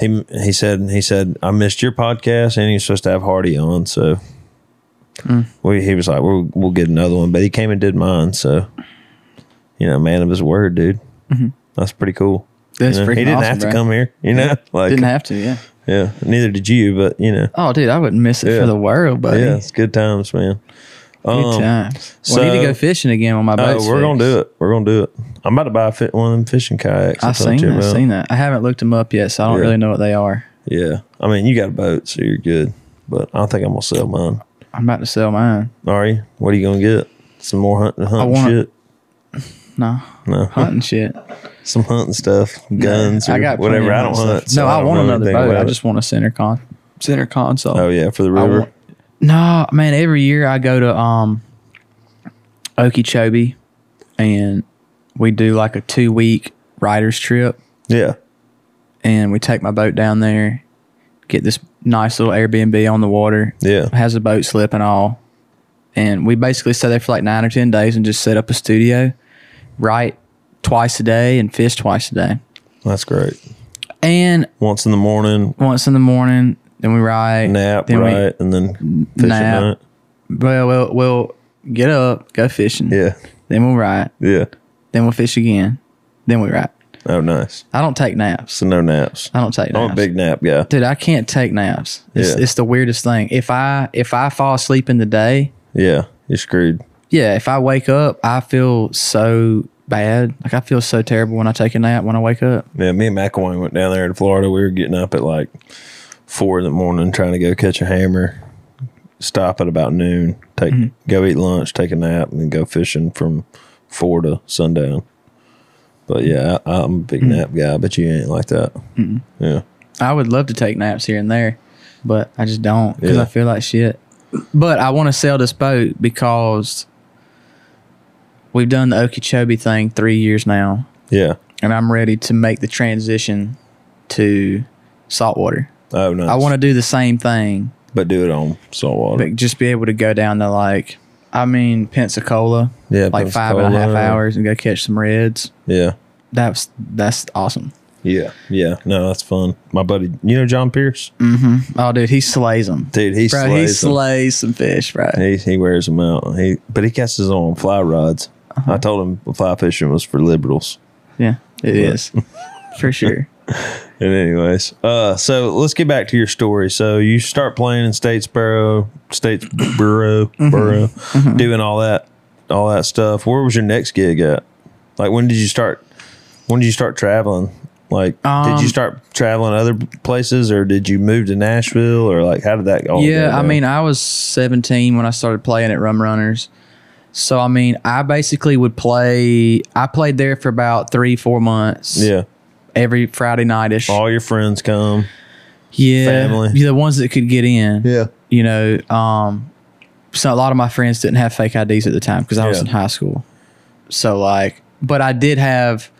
Speaker 2: he he said he said I missed your podcast, and he was supposed to have Hardy on, so
Speaker 1: Hmm.
Speaker 2: we, he was like, we'll we'll get another one, but he came and did mine, so you know, man of his word, dude, that's pretty cool.
Speaker 1: Mm-hmm.
Speaker 2: You
Speaker 1: That's
Speaker 2: know,
Speaker 1: freaking
Speaker 2: he didn't
Speaker 1: awesome,
Speaker 2: have to
Speaker 1: bro.
Speaker 2: come here, you know, like
Speaker 1: Didn't have to, yeah.
Speaker 2: yeah, neither did you, but you know.
Speaker 1: Oh, dude, I wouldn't miss it
Speaker 2: Yeah.
Speaker 1: for the world, buddy.
Speaker 2: Yeah, it's good times, man.
Speaker 1: Good
Speaker 2: Um,
Speaker 1: times. we need to
Speaker 2: so-
Speaker 1: go fishing again on my
Speaker 2: Oh,
Speaker 1: boat.
Speaker 2: we're gonna do it. We're gonna do it. I'm about to buy a fit, one of them fishing kayaks. I
Speaker 1: I've
Speaker 2: told
Speaker 1: seen
Speaker 2: you
Speaker 1: that.
Speaker 2: about.
Speaker 1: Seen that. I haven't looked them up yet, so I don't
Speaker 2: Yeah.
Speaker 1: really know what they are.
Speaker 2: Yeah, I mean, you got a boat, so you're good. But I don't think I'm gonna sell mine.
Speaker 1: I'm about to sell mine.
Speaker 2: Are you? What are you gonna get? Some more hunting, hunting
Speaker 1: wanna-
Speaker 2: shit.
Speaker 1: No,
Speaker 2: No,
Speaker 1: hunting shit.
Speaker 2: some hunting stuff, guns,
Speaker 1: I
Speaker 2: or
Speaker 1: got plenty
Speaker 2: whatever.
Speaker 1: of
Speaker 2: I don't
Speaker 1: hunting
Speaker 2: hunt.
Speaker 1: stuff.
Speaker 2: so
Speaker 1: no, I,
Speaker 2: don't
Speaker 1: want
Speaker 2: know
Speaker 1: another
Speaker 2: anything
Speaker 1: boat.
Speaker 2: about
Speaker 1: I
Speaker 2: it.
Speaker 1: just want a center con, center console.
Speaker 2: Oh yeah, for the
Speaker 1: I
Speaker 2: river.
Speaker 1: want- No, man. Every year I go to um, Okeechobee, and we do like a two week riders trip,
Speaker 2: yeah,
Speaker 1: and we take my boat down there, get this nice little Airbnb on the water.
Speaker 2: yeah,
Speaker 1: has a boat slip and all. And we basically stay there for like nine or ten days and just set up a studio, write twice a day and fish twice a day.
Speaker 2: that's great.
Speaker 1: And
Speaker 2: Once in the morning,
Speaker 1: once in the morning, then we write
Speaker 2: nap,
Speaker 1: then
Speaker 2: right, and then fish
Speaker 1: nap.
Speaker 2: at night.
Speaker 1: We, well, we'll we'll get up, go fishing.
Speaker 2: Yeah,
Speaker 1: Then we'll write.
Speaker 2: yeah.
Speaker 1: Then we'll fish again. Then we write.
Speaker 2: Oh, nice.
Speaker 1: I don't take naps.
Speaker 2: So no naps.
Speaker 1: I don't take naps.
Speaker 2: I'm a Oh, big nap guy.
Speaker 1: Dude, I can't take naps. It's,
Speaker 2: Yeah.
Speaker 1: it's the weirdest thing. If I if I fall asleep in the day,
Speaker 2: Yeah, you're screwed.
Speaker 1: yeah, if I wake up, I feel so bad. Like I feel so terrible when I take a nap when I wake up.
Speaker 2: Yeah, me and McElwain went down there to Florida. We were getting up at like four in the morning trying to go catch a hammer. Stop at about noon. Take
Speaker 1: Mm-hmm.
Speaker 2: go eat lunch, take a nap, and then go fishing from four to sundown. But yeah, I, I'm a big
Speaker 1: Mm-hmm.
Speaker 2: nap guy, but you ain't like that. Yeah.
Speaker 1: I would love to take naps here and there, but I just don't because
Speaker 2: Yeah.
Speaker 1: I feel like shit. But I want to sell this boat because we've done the Okeechobee thing three years now,
Speaker 2: Yeah.
Speaker 1: and I'm ready to make the transition to saltwater.
Speaker 2: Oh, nice.
Speaker 1: I want to do the same thing,
Speaker 2: but do it on saltwater.
Speaker 1: but just be able to go down to like, I mean, Pensacola,
Speaker 2: Yeah,
Speaker 1: like five and a half
Speaker 2: Pensacola.
Speaker 1: hours, and go catch some reds.
Speaker 2: Yeah.
Speaker 1: That's that's awesome.
Speaker 2: Yeah. Yeah. No, that's fun. My buddy, you know John Pierce?
Speaker 1: Oh, dude, he slays them,
Speaker 2: Dude, he
Speaker 1: bro. he
Speaker 2: slays 'em.
Speaker 1: slays some fish, bro.
Speaker 2: He, he wears them out. He but he casts his own fly rods.
Speaker 1: Uh-huh.
Speaker 2: I told him fly fishing was for liberals.
Speaker 1: Yeah, it is for sure.
Speaker 2: And anyways, uh, so let's get back to your story. So you start playing in Statesboro, Statesboro,
Speaker 1: Mm-hmm.
Speaker 2: Borough, doing all that, all that stuff. Where was your next gig at? Like when did you start? When did you start traveling? Like did
Speaker 1: Um,
Speaker 2: you start traveling other places, or did you move to Nashville, or like how did that all?
Speaker 1: yeah,
Speaker 2: go
Speaker 1: I
Speaker 2: down?
Speaker 1: mean, I was 17 when I started playing at Rum Runners. So I mean, I basically would play. I played there for about three, four months.
Speaker 2: yeah,
Speaker 1: every Friday nightish.
Speaker 2: all your friends come.
Speaker 1: yeah,
Speaker 2: family.
Speaker 1: yeah, the ones that could get in.
Speaker 2: Yeah,
Speaker 1: you know, um, so a lot of my friends didn't have fake IDs at the time because I was
Speaker 2: Yeah.
Speaker 1: in high school. So like, but I did have,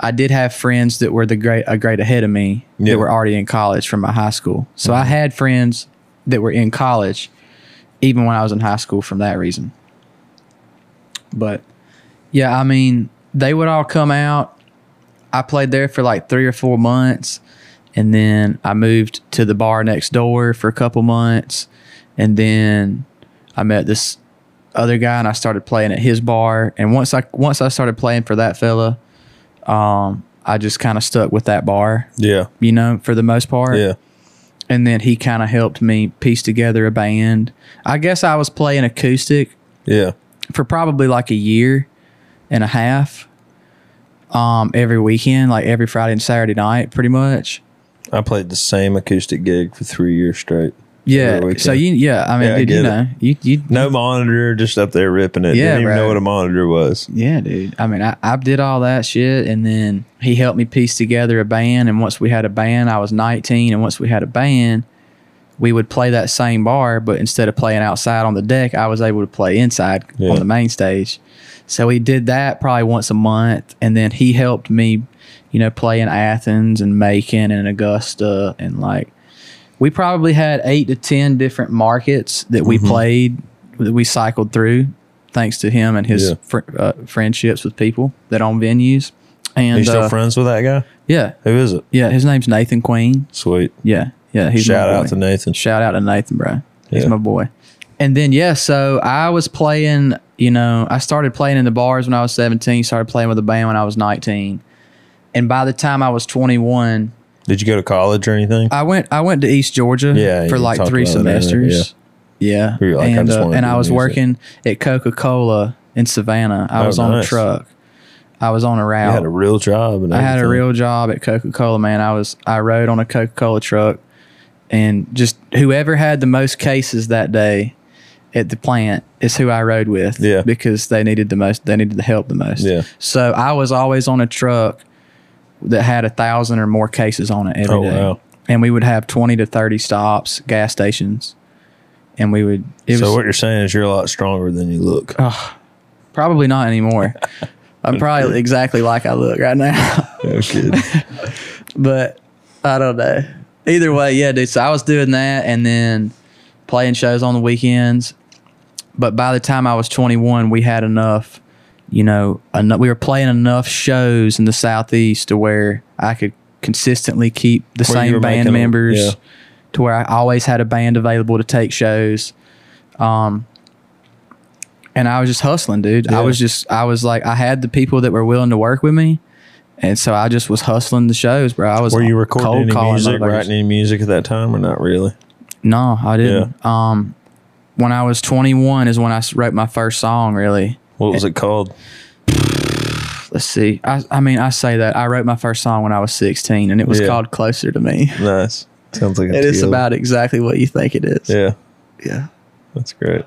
Speaker 1: I did have friends that were the great a grade ahead of me
Speaker 2: Yeah.
Speaker 1: that were already in college from my high school. So I had friends that were in college, even when I was in high school. From that reason, but yeah, I mean, they would all come out. I played there for like three or four months, and then I moved to the bar next door for a couple months, and then I met this other guy and I started playing at his bar. And once I once I started playing for that fella, um, I just kind of stuck with that bar,
Speaker 2: yeah,
Speaker 1: you know, for the most part
Speaker 2: yeah,
Speaker 1: and then he kind of helped me piece together a band. I guess I was playing acoustic
Speaker 2: yeah,
Speaker 1: for probably like a year and a half. Um, every weekend, like every Friday and Saturday night, pretty much.
Speaker 2: I played the same acoustic gig for three years straight.
Speaker 1: Yeah.
Speaker 2: Every
Speaker 1: So
Speaker 2: weekend.
Speaker 1: you, yeah, I mean,
Speaker 2: Yeah, I
Speaker 1: dude,
Speaker 2: get
Speaker 1: you
Speaker 2: it.
Speaker 1: know, you, you,
Speaker 2: No monitor, just up there ripping it.
Speaker 1: Yeah,
Speaker 2: Didn't even
Speaker 1: bro.
Speaker 2: know what a monitor was.
Speaker 1: yeah, dude. I mean, I, I did all that shit, and then he helped me piece together a band. And once we had a band, I was nineteen, and once we had a band, we would play that same bar, but instead of playing outside on the deck, I was able to play inside
Speaker 2: Yeah.
Speaker 1: on the main stage. So he did that probably once a month, and then he helped me, you know, play in Athens and Macon and Augusta, and like we probably had eight to ten different markets that
Speaker 2: Mm-hmm.
Speaker 1: we played that we cycled through, thanks to him and his
Speaker 2: Yeah.
Speaker 1: fr- uh, friendships with people that own venues. And
Speaker 2: Are you still
Speaker 1: uh,
Speaker 2: friends with that guy?
Speaker 1: yeah,
Speaker 2: Who is it?
Speaker 1: yeah, his name's Nathan Queen.
Speaker 2: Sweet.
Speaker 1: Yeah, yeah, he's my
Speaker 2: Shout
Speaker 1: boy.
Speaker 2: out to Nathan.
Speaker 1: Shout out to Nathan, bro. He's
Speaker 2: Yeah.
Speaker 1: my boy. And then yeah, so I was playing. You know, I started playing in the bars when I was seventeen. Started playing with a band when I was nineteen, and by the time I was twenty-one,
Speaker 2: Did you go to college or anything?
Speaker 1: I went I went to East Georgia
Speaker 2: Yeah,
Speaker 1: for
Speaker 2: you
Speaker 1: like
Speaker 2: talked
Speaker 1: three
Speaker 2: about that,
Speaker 1: semesters. yeah.
Speaker 2: You were like, I
Speaker 1: and
Speaker 2: just
Speaker 1: uh,
Speaker 2: wanna
Speaker 1: and
Speaker 2: do
Speaker 1: I was
Speaker 2: music.
Speaker 1: working at Coca Cola in Savannah. I
Speaker 2: Oh,
Speaker 1: was on
Speaker 2: nice.
Speaker 1: a truck. I was on a
Speaker 2: you had
Speaker 1: route.
Speaker 2: a real job. And
Speaker 1: I had a
Speaker 2: everything.
Speaker 1: real job at Coca Cola, man. I was I rode on a Coca Cola truck and just whoever had the most cases that day at the plant is who I rode with.
Speaker 2: Yeah.
Speaker 1: Because they needed the most they needed the help the most.
Speaker 2: Yeah.
Speaker 1: So I was always on a truck that had a thousand or more cases on it every
Speaker 2: Oh,
Speaker 1: day,
Speaker 2: wow.
Speaker 1: And we would have twenty to thirty stops, gas stations, and we would it
Speaker 2: So
Speaker 1: was Oh.
Speaker 2: what you're saying is you're a lot stronger than you look.
Speaker 1: probably not anymore. I'm probably exactly like I look right now.
Speaker 2: No kidding.
Speaker 1: but I don't know. Either way, yeah, dude. So I was doing that and then playing shows on the weekends. But by the time I was 21, we had enough, you know, enough, we were playing enough shows in the Southeast to where I could consistently keep the
Speaker 2: Where you were
Speaker 1: same
Speaker 2: making
Speaker 1: band
Speaker 2: them,
Speaker 1: members
Speaker 2: yeah.
Speaker 1: to where I always had a band available to take shows. Um, and I was just hustling, dude.
Speaker 2: Yeah.
Speaker 1: I was just, I was like, I had the people that were willing to work with me. And so I just was hustling the shows, bro. I was
Speaker 2: Were you
Speaker 1: cold
Speaker 2: recording any
Speaker 1: calling
Speaker 2: music,
Speaker 1: motherfuckers.
Speaker 2: writing any music at that time, or not really?
Speaker 1: No, I didn't. Um, when I was 21 is when I s- wrote my first song. Really,
Speaker 2: What was it called?
Speaker 1: let's see. I, I mean, I say that I wrote my first song when I was 16, and it was
Speaker 2: Yeah.
Speaker 1: called "Closer to Me."
Speaker 2: Nice. Sounds like a
Speaker 1: It is
Speaker 2: teal.
Speaker 1: about exactly what you think it is.
Speaker 2: Yeah,
Speaker 1: yeah.
Speaker 2: that's great.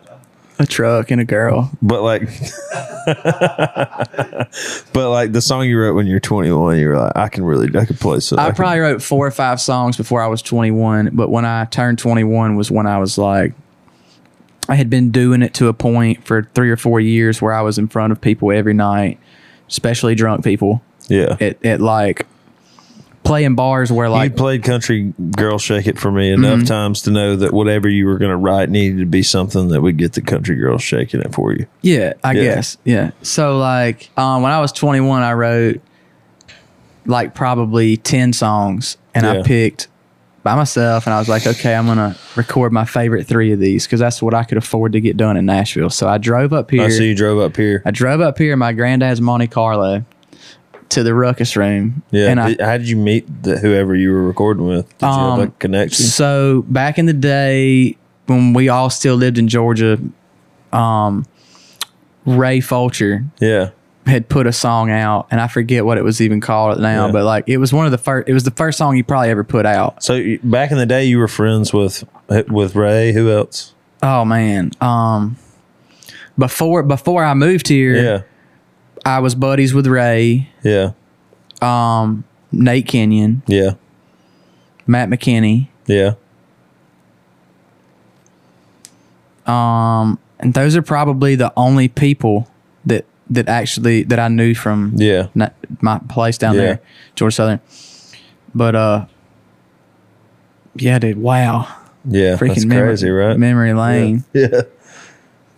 Speaker 1: a truck and a girl.
Speaker 2: But like, but like the song you wrote when you're 21, you were like, I can really, I could play. So
Speaker 1: I
Speaker 2: can-
Speaker 1: probably wrote four or five songs before I was 21, but when I turned 21 was when I was like, I had been doing it to a point for three or four years where I was in front of people every night, especially drunk people,
Speaker 2: yeah.
Speaker 1: at, at like playing bars where
Speaker 2: you
Speaker 1: like Mm-hmm.
Speaker 2: played country girl shake it for me enough times to know that whatever you were going to write needed to be something that would get the country girls shaking it for you.
Speaker 1: Yeah, I
Speaker 2: Yeah.
Speaker 1: guess. Yeah. So like um, when I was 21, I wrote like probably 10 songs and
Speaker 2: Yeah.
Speaker 1: I picked by myself and I was like, okay, I'm going to record my favorite three of these because that's what I could afford to get done in Nashville. So I drove up here.
Speaker 2: I see you drove up here.
Speaker 1: I drove up here in my granddad's Monte Carlo to the ruckus room.
Speaker 2: Yeah.
Speaker 1: And I,
Speaker 2: Did- How did you meet the, whoever you were recording with? Did you have
Speaker 1: Um,
Speaker 2: like a connection?
Speaker 1: So back in the day when we all still lived in Georgia, um, Ray Fulcher,
Speaker 2: Yeah.
Speaker 1: had put a song out, and I forget what it was even called now,
Speaker 2: Yeah.
Speaker 1: but like it was one of the first. It was the first song he probably ever put out.
Speaker 2: So you- back in the day, you were friends with with Ray. Who else?
Speaker 1: Oh man, um, before before I moved here,
Speaker 2: Yeah.
Speaker 1: I was buddies with Ray,
Speaker 2: Yeah.
Speaker 1: Nate Kenyon,
Speaker 2: Yeah.
Speaker 1: Matt McKinney,
Speaker 2: Yeah.
Speaker 1: and those are probably the only people that that actually that I knew from
Speaker 2: Yeah.
Speaker 1: na- my place down
Speaker 2: Yeah.
Speaker 1: there, Georgia Southern. But uh, yeah, dude, wow,
Speaker 2: Yeah.
Speaker 1: freaking
Speaker 2: That's
Speaker 1: memory,
Speaker 2: crazy, right?
Speaker 1: Memory lane,
Speaker 2: Yeah.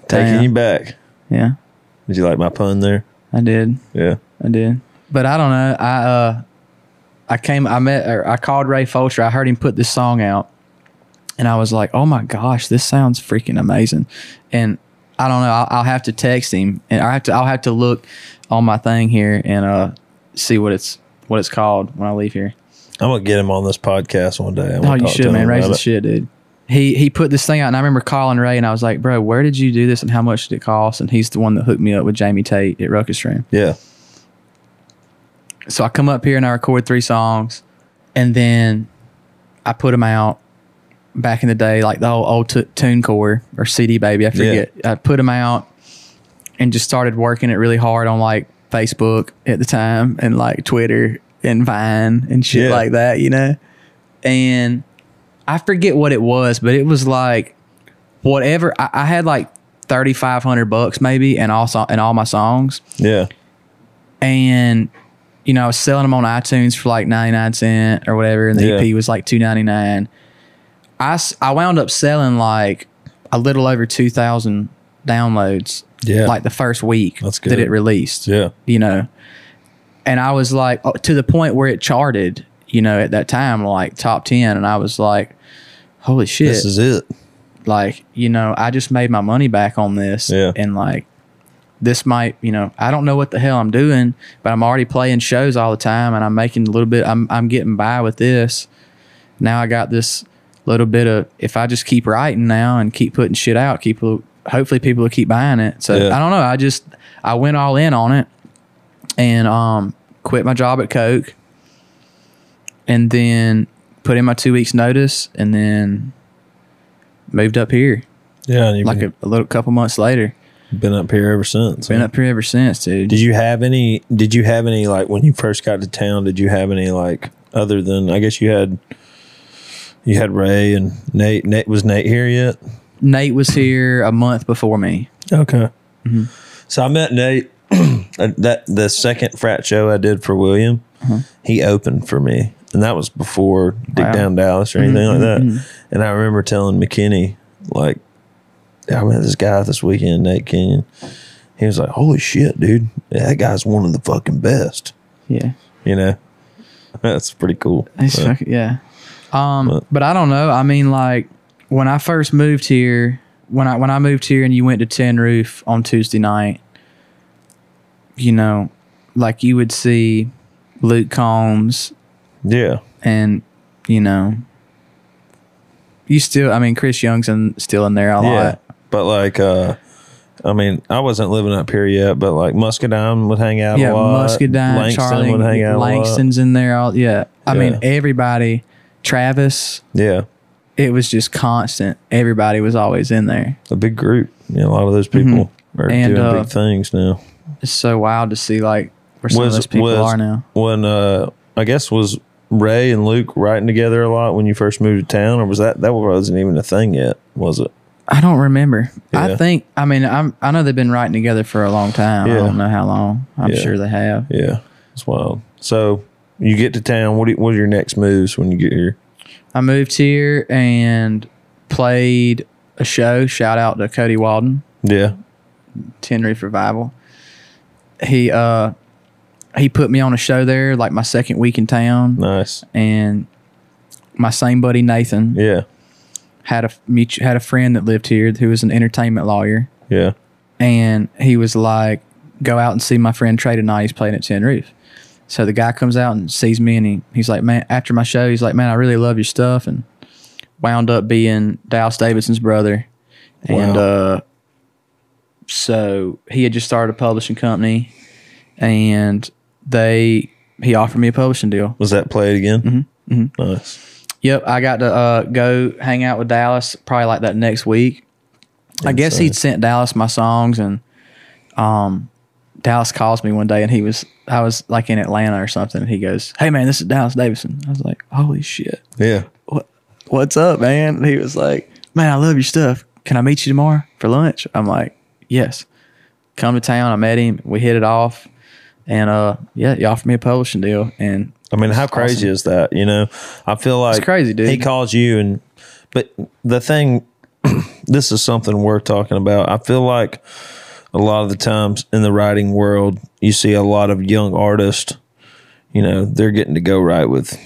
Speaker 2: Taking
Speaker 1: Damn.
Speaker 2: you back.
Speaker 1: yeah,
Speaker 2: Did you like my pun there?
Speaker 1: I did.
Speaker 2: Yeah.
Speaker 1: I did. But I don't know. I uh I came I met or I called Ray Fulcher. I heard him put this song out and I was like, "Oh my gosh, this sounds freaking amazing." And I don't know. I'll, I'll have to text him and I have to I'll have to look on my thing here and uh see what it's what it's called when I leave here.
Speaker 2: I'm gonna get him on this podcast one day. I'm
Speaker 1: Oh,
Speaker 2: gonna
Speaker 1: you
Speaker 2: talk to
Speaker 1: should,
Speaker 2: him
Speaker 1: man. Raise the
Speaker 2: about it.
Speaker 1: shit, dude. He he put this thing out, and I remember calling Ray, and I was like, "Bro, where did you do this, and how much did it cost?" And he's the one that hooked me up with Jamie Tate at Ruckus Room.
Speaker 2: Yeah.
Speaker 1: so I come up here and I record three songs, and then I put them out. Back in the day, like the whole old t- TuneCore or CD Baby, I forget. I put them out and just started working it really hard on like Facebook at the time and like Twitter and Vine and shit
Speaker 2: Yeah.
Speaker 1: like that, you know. And I forget what it was, but it was like whatever. I, I had like thirty five hundred bucks maybe, and all so- and all my songs
Speaker 2: Yeah.
Speaker 1: and you know, I was selling them on iTunes for like 99 cent or whatever, and the
Speaker 2: Yeah.
Speaker 1: EP was like 2.99. I s- I wound up selling like a little over 2,000 downloads
Speaker 2: Yeah.
Speaker 1: like the first week
Speaker 2: That's
Speaker 1: that
Speaker 2: good.
Speaker 1: it released.
Speaker 2: Yeah.
Speaker 1: You know. And I was like oh, to the point where it charted, you know, at that time like top 10 and I was like holy shit
Speaker 2: This is it.
Speaker 1: like you know i just made my money back on this
Speaker 2: Yeah.
Speaker 1: and like this might you know i don't know what the hell i'm doing but i'm already playing shows all the time and i'm making a little bit i'm, I'm getting by with this now i got this little bit of if i just keep writing now and keep putting shit out keep hopefully people will keep buying it so
Speaker 2: Yeah.
Speaker 1: i don't know i just i went all in on it and um quit my job at coke and then put in my two weeks notice and then moved up here
Speaker 2: Yeah. And you've
Speaker 1: like
Speaker 2: been,
Speaker 1: a, a little couple months later.
Speaker 2: been up here ever since.
Speaker 1: Been up here ever since, dude.
Speaker 2: Did you have any? Did you have any like when you first got to town? Did you have any like other than I guess you had you had Ray and Nate. Nate was Nate here yet?
Speaker 1: Nate was here a month before me.
Speaker 2: Okay. Mm-hmm. So I met Nate at that the second frat show I did for William. He opened for me, and that was before Dig
Speaker 1: Mm-hmm. Wow. Mm-hmm.
Speaker 2: Down Dallas or anything like that. And I remember telling McKinney like, I met this guy this weekend, Nate Kenyon. He was like, "Holy shit, dude! That guy's one of the fucking best."
Speaker 1: Yeah.
Speaker 2: you know that's pretty cool
Speaker 1: It's
Speaker 2: But-
Speaker 1: fucking- yeah. Um,
Speaker 2: But-
Speaker 1: but I don't know. I mean, like when I first moved here, when I when I moved here and you went to Tin Roof on Tuesday night, you know, like you would see Luke Combs
Speaker 2: yeah
Speaker 1: and you know, you still. I mean, Chris Young's in, still in there a lot.
Speaker 2: yeah but like uh I mean, I wasn't living up here yet, but like Muscadine would hang out
Speaker 1: yeah,
Speaker 2: a lot.
Speaker 1: Muscadine,
Speaker 2: Langston
Speaker 1: Charlie,
Speaker 2: would hang out
Speaker 1: Langston's in there. All yeah, I
Speaker 2: Yeah.
Speaker 1: mean everybody. Travis,
Speaker 2: a lot. Yeah,
Speaker 1: it was just constant. Everybody was always in there.
Speaker 2: a big group. Yeah, a lot of those people are
Speaker 1: Mm-hmm. And,
Speaker 2: doing
Speaker 1: uh,
Speaker 2: big things now.
Speaker 1: It's so wild to see like where some of those people are now.
Speaker 2: When uh, I guess was Ray and Luke writing together a lot when you first moved to town, or was that that wasn't even a thing yet? Was it?
Speaker 1: I don't remember.
Speaker 2: Yeah.
Speaker 1: I think I mean I'm I know they've been writing together for a long time.
Speaker 2: Yeah.
Speaker 1: I don't know how long. I'm
Speaker 2: Yeah.
Speaker 1: sure they have.
Speaker 2: Yeah, it's wild. So you get to town. What do you, what are your next moves when you get here?
Speaker 1: I moved here and played a show. Shout out to Cody Walden,
Speaker 2: Yeah,
Speaker 1: Tin Roof Revival. He uh he put me on a show there like my second week in town
Speaker 2: nice.
Speaker 1: and my same buddy Nathan
Speaker 2: Yeah,
Speaker 1: had a mutu- had a friend that lived here who was an entertainment lawyer
Speaker 2: yeah,
Speaker 1: and he was like, "Go out and see my friend Trey tonight. He's playing at Tin Roof." So the guy comes out and sees me, and he, he's like, "Man, after my show, he's like, man, I really love your stuff," and wound up being Dallas Davidson's brother, and
Speaker 2: Wow.
Speaker 1: uh, so he had just started a publishing company, and they he offered me a publishing deal.
Speaker 2: Was that played again? Mm-hmm. Nice.
Speaker 1: Yep, I got to uh, go hang out with Dallas probably like that next week. I guess
Speaker 2: Insane.
Speaker 1: he'd sent Dallas my songs, and um, Dallas calls me one day, and he was I was like in Atlanta or something, and he goes, "Hey man, this is Dallas Davidson." I was like, "Holy shit,
Speaker 2: Yeah.
Speaker 1: what's up, man?" And he was like, "Man, I love your stuff. Can I meet you tomorrow for lunch?" I'm like, "Yes." Come to town. I met him. We hit it off, and uh, yeah, he offered me a publishing deal, and
Speaker 2: I mean, how crazy is that? You know, I feel like
Speaker 1: crazy, dude.
Speaker 2: He calls you, and but the thing, this is something worth talking about. I feel like a lot of the times in the writing world, you see a lot of young artists. You know, they're getting to go right with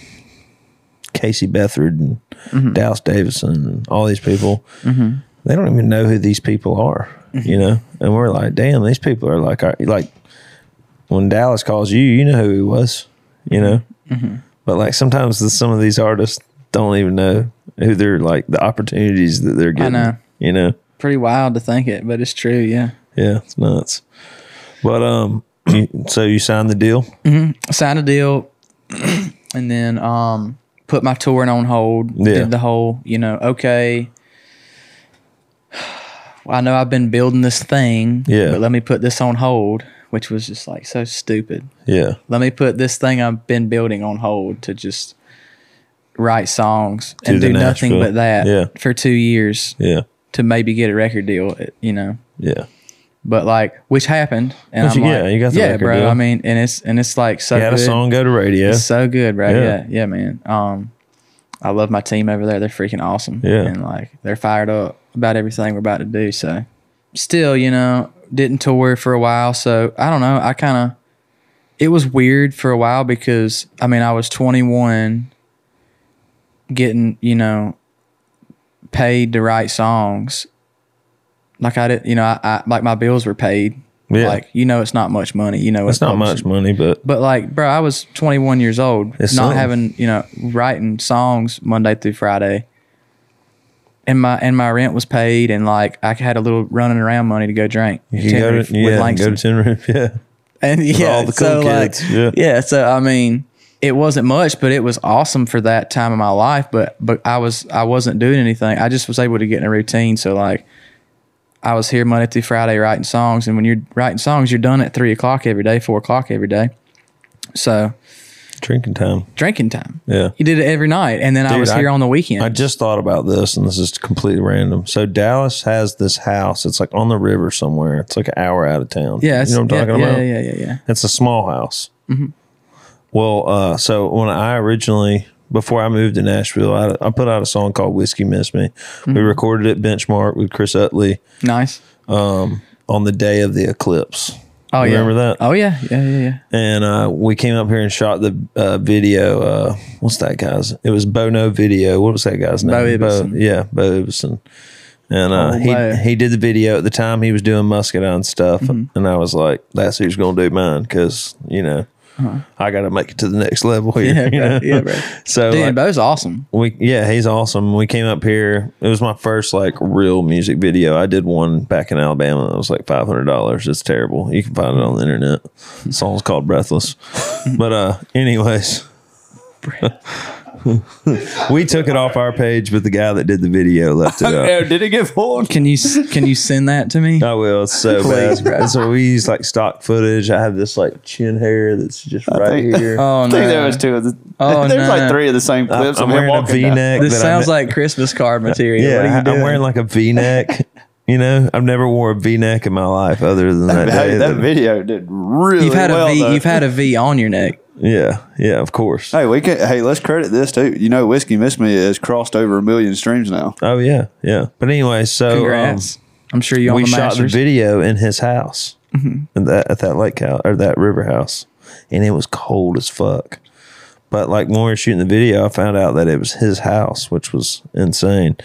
Speaker 2: Casey Bethard and
Speaker 1: Mm-hmm.
Speaker 2: Dallas Davidson and all these people. They don't even know who these people are.
Speaker 1: Mm-hmm.
Speaker 2: You know, and we're like, damn, these people are like, our, like when Dallas calls you, you know who he was. You know.
Speaker 1: Mm-hmm.
Speaker 2: But like sometimes the, some of these artists don't even know who they're like the opportunities that they're getting.
Speaker 1: know.
Speaker 2: You know,
Speaker 1: pretty wild to think it, but it's true. Yeah.
Speaker 2: yeah, it's nuts. But um, you, so you signed the deal.
Speaker 1: signed a deal and then um put my touring on hold
Speaker 2: Yeah.
Speaker 1: did the whole you know okay i know i've been building this thing
Speaker 2: Yeah.
Speaker 1: but let me put this on hold which was just like so stupid
Speaker 2: Yeah,
Speaker 1: let me put this thing i've been building on hold to just write songs and
Speaker 2: the
Speaker 1: do nothing
Speaker 2: Nashville.
Speaker 1: but that
Speaker 2: Yeah.
Speaker 1: for two years
Speaker 2: yeah,
Speaker 1: to maybe get a record deal you know
Speaker 2: yeah.
Speaker 1: but like which happened and
Speaker 2: But
Speaker 1: i'm
Speaker 2: you- yeah,
Speaker 1: like
Speaker 2: you got the
Speaker 1: yeah
Speaker 2: record
Speaker 1: bro
Speaker 2: deal."
Speaker 1: i mean and it's and it's like so
Speaker 2: You had a
Speaker 1: good.
Speaker 2: song go to radio.
Speaker 1: It's so good, bro.
Speaker 2: Yeah.
Speaker 1: Yeah. yeah, man. Um, I love my team over there. They're freaking awesome.
Speaker 2: Yeah.
Speaker 1: and like they're fired up about everything we're about to do. So, still, you know, didn't tour for a while. So I don't know. I kind of it was weird for a while because I mean I was 21, getting you know paid to write songs. Like I did, you know, I, I like my bills were paid.
Speaker 2: Yeah.
Speaker 1: Like you know, it's not much money. You know,
Speaker 2: it's not much money, but
Speaker 1: but like, bro, I was 21 years old,
Speaker 2: It's
Speaker 1: not
Speaker 2: something.
Speaker 1: having you know writing songs Monday through Friday, and my and my rent was paid, and like I had a little running around money to go drink
Speaker 2: you can
Speaker 1: Tin
Speaker 2: go
Speaker 1: Roof
Speaker 2: to yeah, you can go to Tin Roof. Yeah,
Speaker 1: and yeah,
Speaker 2: all the
Speaker 1: so
Speaker 2: cool
Speaker 1: like,
Speaker 2: kids, yeah.
Speaker 1: so I mean, it wasn't much, but it was awesome for that time of my life. But but I was I wasn't doing anything. I just was able to get in a routine. So like, I was here Monday through Friday writing songs, and when you're writing songs, you're done at three o'clock every day, four o'clock every day. So
Speaker 2: drinking time.
Speaker 1: drinking time.
Speaker 2: Yeah.
Speaker 1: You did it every night, and then I
Speaker 2: Dude,
Speaker 1: was
Speaker 2: I-
Speaker 1: here on the weekend.
Speaker 2: I just thought about this, and this is completely random. So Dallas has this house. It's like on the river somewhere. It's like an hour out of town.
Speaker 1: yeah,
Speaker 2: you know what I'm
Speaker 1: yeah,
Speaker 2: talking
Speaker 1: yeah,
Speaker 2: about.
Speaker 1: Yeah, yeah, yeah, yeah.
Speaker 2: It's a small house. Well, uh, so when I originally, before I moved to Nashville, I, I put out a song called Whiskey Miss Me. We recorded it Benchmark with Chris Utley
Speaker 1: Nice.
Speaker 2: on the day of the eclipse.
Speaker 1: Oh
Speaker 2: You
Speaker 1: yeah.
Speaker 2: remember that?
Speaker 1: Oh yeah, yeah, yeah, yeah.
Speaker 2: And uh, we came up here and shot the uh, video. Uh, what's that guy's? It was Bono Video. What was that guy's name?
Speaker 1: Ibbotson.
Speaker 2: yeah, Bo Ibbotson. And uh,
Speaker 1: Oh,
Speaker 2: he
Speaker 1: Bo.
Speaker 2: he did the video at the time. He was doing Muscadine stuff,
Speaker 1: Mm-hmm.
Speaker 2: and I was like, "That's who's gonna do mine," because you know, I got to make it to the next level here.
Speaker 1: Uh-huh. Yeah, bro.
Speaker 2: you know?
Speaker 1: Yeah, bro.
Speaker 2: So
Speaker 1: Dude,
Speaker 2: like,
Speaker 1: Bo's awesome.
Speaker 2: we yeah, he's awesome. We came up here. It was my first like real music video. I did one back in Alabama. It was like five hundred dollars. It's terrible. You can find it on the internet. The song's called Breathless. but uh anyways. We took it off our page, but the guy that did the video left it up.
Speaker 4: did it get pulled?
Speaker 1: Can you s- can you send that to me?
Speaker 2: I will. It's so
Speaker 1: Please,
Speaker 2: bad. So we use like stock footage. I have this like chin hair that's just right
Speaker 4: think-
Speaker 2: here.
Speaker 1: Oh
Speaker 4: I
Speaker 1: no!
Speaker 4: think there was two of the.
Speaker 1: Oh,
Speaker 4: there's
Speaker 1: no.
Speaker 4: like three of the same clips.
Speaker 2: I'm
Speaker 4: of him
Speaker 2: wearing a
Speaker 4: walking down.
Speaker 2: V-neck.
Speaker 1: this
Speaker 2: that I
Speaker 1: sounds
Speaker 2: ne-
Speaker 1: like Christmas card material.
Speaker 2: yeah.
Speaker 1: what are you doing?
Speaker 2: I'm wearing like a V-neck. you know, I've never wore a V-neck in my life other than that.
Speaker 4: Hey,
Speaker 2: day
Speaker 4: that
Speaker 2: that-
Speaker 4: video did really
Speaker 1: you've had
Speaker 4: well.
Speaker 1: a V.
Speaker 2: uh,
Speaker 4: though.
Speaker 1: You've had a V on your neck.
Speaker 2: yeah, yeah, of course.
Speaker 4: Hey, we can. Hey, let's credit this too. You know, whiskey missed me has crossed over a million streams now.
Speaker 2: Oh yeah, yeah. But anyway, so um,
Speaker 1: Congrats! I'm sure you on
Speaker 2: we
Speaker 1: the
Speaker 2: shot the
Speaker 1: Masters. Mm-hmm.
Speaker 2: video in his house at that at that lake house or that river house, and it was cold as fuck. But like when we were shooting the video, I found out that it was his house, which was insane.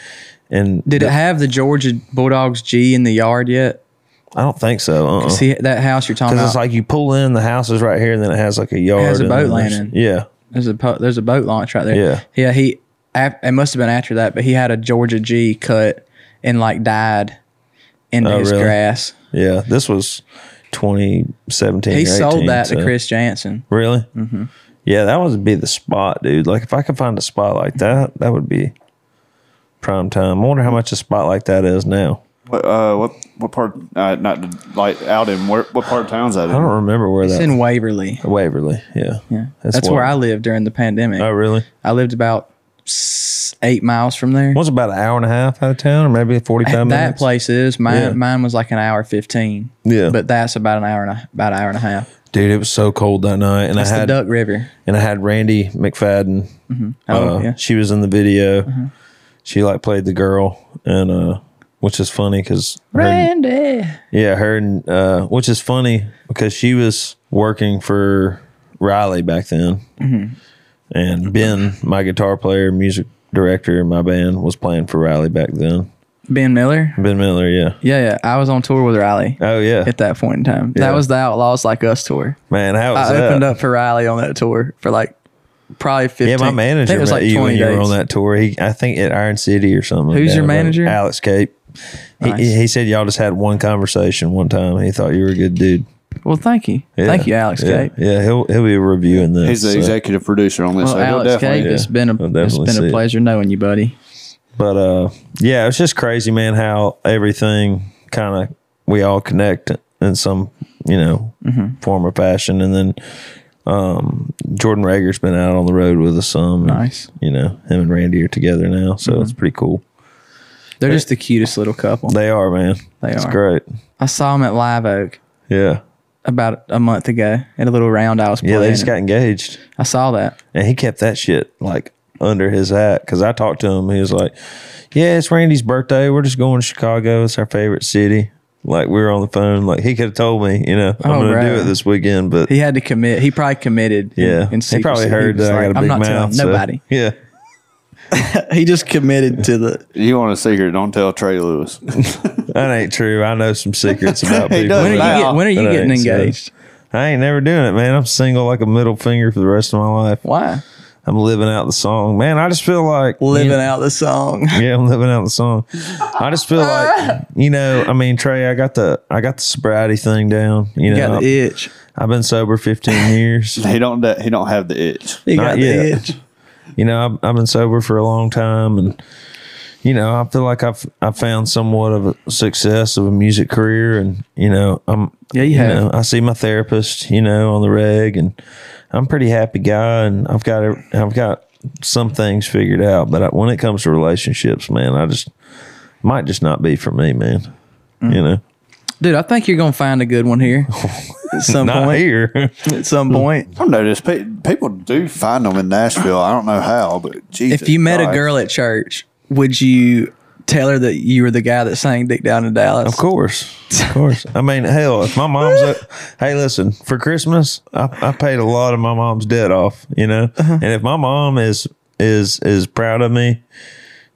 Speaker 2: And
Speaker 1: Did it have the Georgia Bulldogs G in the yard yet?
Speaker 2: I don't think so. uh
Speaker 1: See that house you're talking
Speaker 2: Because
Speaker 1: about?
Speaker 2: it's like you pull in, the house is right here, and then it has like a yard.
Speaker 1: has a
Speaker 2: and
Speaker 1: boat
Speaker 2: then there's-
Speaker 1: landing.
Speaker 2: Yeah,
Speaker 1: there's a po- there's a boat launch right there.
Speaker 2: Yeah.
Speaker 1: yeah. He ap- it must have been after that, but he had a Georgia G cut and like died into
Speaker 2: Oh,
Speaker 1: his
Speaker 2: really?
Speaker 1: grass.
Speaker 2: yeah. This was 2017.
Speaker 1: He
Speaker 2: or
Speaker 1: sold
Speaker 2: 18,
Speaker 1: that
Speaker 2: so-
Speaker 1: to Chris Jansen.
Speaker 2: Really? Mm-hmm. Yeah, that would be the spot, dude. Like if I could find a spot like that, that would be prime time. I wonder how much a spot like that is now.
Speaker 4: What, uh, what what part? Uh, not to, like out in where, what part of town's that? In?
Speaker 2: I don't remember where
Speaker 1: It's
Speaker 2: that.
Speaker 1: in Waverly.
Speaker 2: Waverly. Yeah.
Speaker 1: Yeah, that's, where I lived during the pandemic.
Speaker 2: Oh, really?
Speaker 1: I lived about s- eight miles from there.
Speaker 2: What's about an hour and a half out of town, or maybe
Speaker 1: that
Speaker 2: forty-five minutes?
Speaker 1: place is mine.
Speaker 2: Yeah.
Speaker 1: Mine was like an hour fifteen.
Speaker 2: Yeah.
Speaker 1: but that's about an hour and a, about an hour and a half.
Speaker 2: dude, it was so cold that night, and
Speaker 1: It's
Speaker 2: I had
Speaker 1: the Duck River.
Speaker 2: and I had Randy McFadden.
Speaker 1: Oh
Speaker 2: Uh,
Speaker 1: yeah, Mm-hmm.
Speaker 2: She was in the video. She like played the girl, and uh, which is funny because
Speaker 1: Randy.
Speaker 2: Yeah, her and uh, which is funny because she was working for Riley back then,
Speaker 1: Mm-hmm.
Speaker 2: and Ben, my guitar player, music director in my band, was playing for Riley back then.
Speaker 1: Ben Miller.
Speaker 2: Ben Miller, yeah,
Speaker 1: Yeah, yeah. I was on tour with Riley.
Speaker 2: oh yeah,
Speaker 1: at that point in time.
Speaker 2: Yeah.
Speaker 1: That was the Outlaws Like Us tour.
Speaker 2: man, how was
Speaker 1: I
Speaker 2: that?
Speaker 1: opened up for Riley on that tour for like probably 15.
Speaker 2: yeah, my manager
Speaker 1: I think it was
Speaker 2: met
Speaker 1: like
Speaker 2: you when
Speaker 1: 20
Speaker 2: you were
Speaker 1: days.
Speaker 2: on that tour. He, I think at Iron City or something.
Speaker 1: Who's
Speaker 2: down
Speaker 1: your
Speaker 2: in Rhode-
Speaker 1: manager?
Speaker 2: Alex Cape. He-
Speaker 1: Nice.
Speaker 2: He, he said y'all just had one conversation one time. He thought you were a good dude.
Speaker 1: Well, thank you.
Speaker 2: Yeah.
Speaker 1: Thank you, Alex
Speaker 2: yeah.
Speaker 1: Cape.
Speaker 2: Yeah, he'll he'll be reviewing this.
Speaker 4: He's the
Speaker 2: so.
Speaker 4: executive producer on this.
Speaker 1: Well,
Speaker 4: so he'll
Speaker 1: Alex
Speaker 4: definitely-
Speaker 1: Cape, it's
Speaker 2: yeah.
Speaker 1: been a
Speaker 2: I'll
Speaker 1: it's
Speaker 2: definitely
Speaker 1: been
Speaker 2: see
Speaker 1: a
Speaker 2: it.
Speaker 1: pleasure knowing you, buddy.
Speaker 2: But uh, yeah, it's just crazy, man. How everything kind of we all connect in some you know
Speaker 1: Mm-hmm.
Speaker 2: form or fashion, and then um, Jordan Rager's been out on the road with us some.
Speaker 1: Nice. Mm-hmm.
Speaker 2: you know, him and Randy are together now, so it's pretty cool.
Speaker 1: They're just the cutest little couple.
Speaker 2: They are, man.
Speaker 1: They
Speaker 2: it's
Speaker 1: are.
Speaker 2: great.
Speaker 1: I saw them at Live Oak
Speaker 2: Yeah,
Speaker 1: about a month ago at a little round I was
Speaker 2: yeah.
Speaker 1: playing.
Speaker 2: They just
Speaker 1: in.
Speaker 2: got engaged,
Speaker 1: I saw that.
Speaker 2: and he kept that shit like under his hat because I talked to him. He was like, "Yeah, it's Randy's birthday. We're just going to Chicago. It's our favorite city." Like we were on the phone. Like he could have told me, you know, I'm
Speaker 1: Oh,
Speaker 2: going to do
Speaker 1: right.
Speaker 2: it this weekend, but
Speaker 1: He had to commit. He probably committed. in-
Speaker 2: Yeah,
Speaker 1: in
Speaker 2: he probably
Speaker 1: secrecy.
Speaker 2: heard
Speaker 1: was
Speaker 2: that I
Speaker 1: like,
Speaker 2: got a
Speaker 1: I'm
Speaker 2: big
Speaker 1: not telling
Speaker 2: mouth. so-
Speaker 1: nobody.
Speaker 2: Yeah,
Speaker 1: He just committed to the.
Speaker 4: You want a secret? Don't tell Trey Lewis.
Speaker 2: that ain't true. I know some secrets about people.
Speaker 4: does
Speaker 1: When are you,
Speaker 4: that.
Speaker 2: that-
Speaker 1: get, when are you
Speaker 2: that
Speaker 1: getting
Speaker 2: ain't so.
Speaker 1: engaged?
Speaker 2: I ain't never doing it, man. I'm single like a middle finger for the rest of my life.
Speaker 1: Why?
Speaker 2: I'm living out the song, man. I just feel like
Speaker 1: Living out the song.
Speaker 2: Yeah, I'm living out the song. I just feel like you know. I mean, Trey, I got the I got the sobriety thing down. You know,
Speaker 1: got the itch.
Speaker 2: I've been sober 15 years.
Speaker 4: he don't. He don't have the itch.
Speaker 1: He
Speaker 2: Not
Speaker 1: got
Speaker 2: yet.
Speaker 1: the itch.
Speaker 2: you know I've, I've been sober for a long time and you know i feel like i've i found somewhat of a success of a music career and you know i'm
Speaker 1: Yeah, you have.
Speaker 2: know, i see my therapist you know on the reg and i'm a pretty happy guy and i've got a- i've got some things figured out but I, when it comes to relationships man i just might just not be for me man
Speaker 1: Mm.
Speaker 2: you know
Speaker 1: Dude, I think you're gonna find a good one here. At some
Speaker 2: not
Speaker 1: point.
Speaker 2: here
Speaker 1: At some point.
Speaker 4: I don't know. This pe- people do find them in Nashville. I don't know how, but Jesus
Speaker 1: If you met a
Speaker 4: Christ.
Speaker 1: girl at church, would you tell her that you were the guy that sang Dick Down in Dallas?
Speaker 2: Of course, of course. I mean, hell, if my mom's up, hey, listen, for Christmas, I, I paid a lot of my mom's debt off, you know.
Speaker 1: Uh-huh.
Speaker 2: And if my mom is is is proud of me,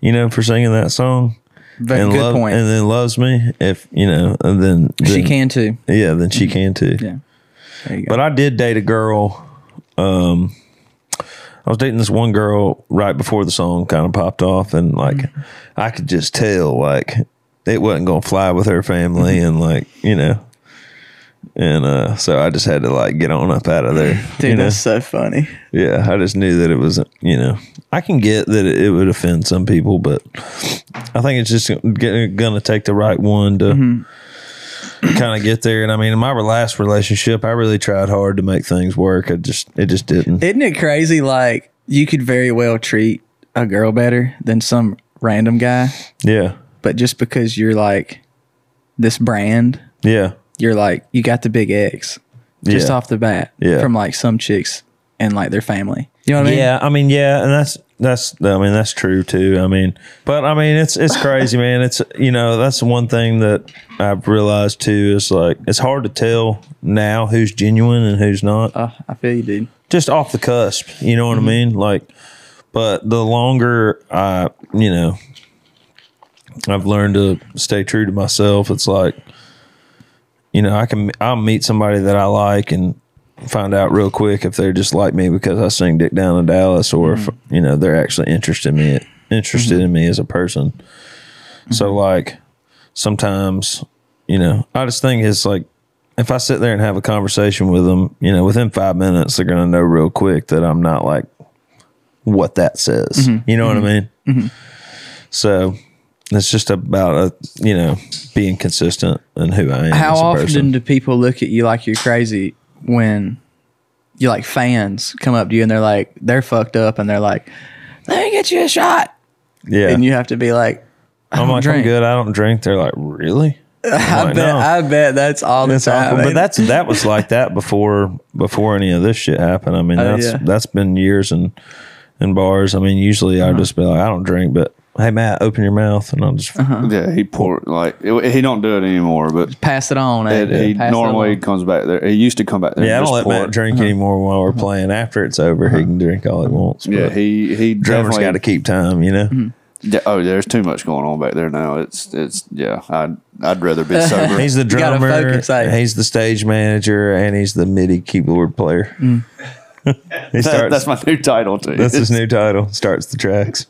Speaker 2: you know, for singing that song,
Speaker 1: Very
Speaker 2: and
Speaker 1: good
Speaker 2: love-
Speaker 1: point.
Speaker 2: and then loves me, if you know, and then, then
Speaker 1: she can too.
Speaker 2: yeah, then she can too.
Speaker 1: Mm-hmm. Yeah. There you go.
Speaker 2: But I did date a girl. Um, I was dating this one girl right before the song kind of popped off, and like
Speaker 1: Mm-hmm.
Speaker 2: I could
Speaker 1: Mm-hmm.
Speaker 2: just tell like it wasn't gonna fly with her family, and like you know, and uh, so I just had to like get on up out of there.
Speaker 1: Dude,
Speaker 2: you know?
Speaker 1: that's so funny.
Speaker 2: Yeah, I just knew that it was, you know, I can get that it would offend some people, but I think it's just going to take the right one to kind of get there. And I mean, in my last relationship, I really tried hard to make things work. I just, it just didn't.
Speaker 1: Isn't it crazy? Like you could very well treat a girl better than some random guy,
Speaker 2: yeah.
Speaker 1: but just because you're like this brand,
Speaker 2: Yeah.
Speaker 1: you're like you got the big X just
Speaker 2: Yeah.
Speaker 1: off the bat
Speaker 2: Yeah.
Speaker 1: from like some chicks and like their family. You know what I mean?
Speaker 2: yeah, I mean, yeah, and that's that's I mean that's true too. I mean, but I mean it's it's crazy, man. It's you know that's the one thing that I've realized too is like it's hard to tell now who's genuine and who's not.
Speaker 1: Oh, I feel you, dude.
Speaker 2: just off the cusp. You know what I mean? Like, but the longer I, you know, I've learned to stay true to myself. It's like, you know, I can I'll meet somebody that I like and find out real quick if they're just like me because I sing Dick Down in Dallas, or if
Speaker 1: Mm-hmm.
Speaker 2: you know they're actually interested in me interested in me as a person.
Speaker 1: Mm-hmm.
Speaker 2: So like sometimes, you know, I just think it's like if I sit there and have a conversation with them, you know, within five minutes, they're going to know real quick that I'm not like what that says.
Speaker 1: Mm-hmm.
Speaker 2: You know what I mean? So it's just about, uh you know, being consistent and who I am.
Speaker 1: How
Speaker 2: as a
Speaker 1: often
Speaker 2: person.
Speaker 1: do people look at you like you're crazy when you like fans come up to you and they're like they're fucked up and they're like, "Let me get you a shot,"
Speaker 2: yeah.
Speaker 1: and you have to be like, "I
Speaker 2: I'm
Speaker 1: don't
Speaker 2: like, I'm
Speaker 1: drink."
Speaker 2: good. I don't drink. They're like, really?
Speaker 1: I
Speaker 2: like,
Speaker 1: bet.
Speaker 2: "No."
Speaker 1: I bet that's all the
Speaker 2: That's
Speaker 1: time.
Speaker 2: awful. But
Speaker 1: ain't
Speaker 2: that's that was like that before before any of this shit happened. I mean,
Speaker 1: Oh,
Speaker 2: that's
Speaker 1: yeah.
Speaker 2: that's been years in in bars. I mean, usually
Speaker 1: Uh-huh.
Speaker 2: I just be like, I don't drink, but hey, Matt, open your mouth, and I'll just
Speaker 1: Uh-huh.
Speaker 4: Yeah, he pour like it, he don't do it anymore, but
Speaker 1: it? pass it on. eh?
Speaker 4: it, he
Speaker 1: Pass it
Speaker 4: normally
Speaker 1: on.
Speaker 4: comes back there. He used to come back there.
Speaker 2: Yeah, I
Speaker 4: and
Speaker 2: don't let
Speaker 4: just pour
Speaker 2: Matt
Speaker 4: it.
Speaker 1: Uh-huh.
Speaker 2: drink anymore while we're playing. After it's over, he can drink all he wants.
Speaker 4: Yeah,
Speaker 2: but
Speaker 4: he he
Speaker 2: drummer's
Speaker 4: definitely
Speaker 2: got to keep time, you know.
Speaker 1: Mm-hmm.
Speaker 4: Yeah, oh, there's too much going on back there now. It's it's yeah. I'd I'd rather be sober.
Speaker 2: He's the
Speaker 1: You gotta
Speaker 2: drummer.
Speaker 1: focus, like-
Speaker 2: He's the stage manager, and he's the MIDI keyboard player.
Speaker 1: Mm.
Speaker 2: he
Speaker 4: That-
Speaker 2: starts.
Speaker 4: that's
Speaker 2: That's,
Speaker 4: my new title too.
Speaker 2: his new title. Starts the tracks.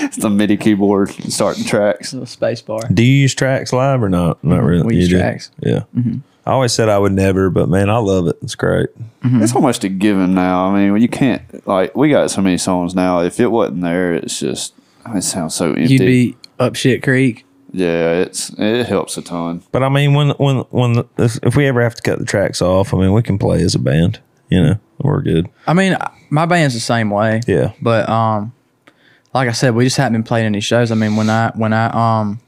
Speaker 4: It's the MIDI keyboard starting tracks.
Speaker 1: Little space bar.
Speaker 2: Do you use tracks live or not? Not really.
Speaker 1: We
Speaker 2: You
Speaker 1: use
Speaker 2: do?
Speaker 1: tracks. Mm-hmm.
Speaker 2: Yeah. I always said I would never, but man, I love it. It's great.
Speaker 1: Mm-hmm.
Speaker 4: It's almost a given now. I mean, you can't like we got so many songs now. If it wasn't there, it's just it sounds so empty.
Speaker 1: You'd be up shit creek.
Speaker 4: yeah, it's it helps a ton.
Speaker 2: But I mean, when when when the, if, if we ever have to cut the tracks off, I mean, we can play as a band. You know, we're good.
Speaker 1: I mean, I- my band's the same way.
Speaker 2: Yeah.
Speaker 1: But um, like I said, we just haven't been playing any shows. I mean, when I when I um,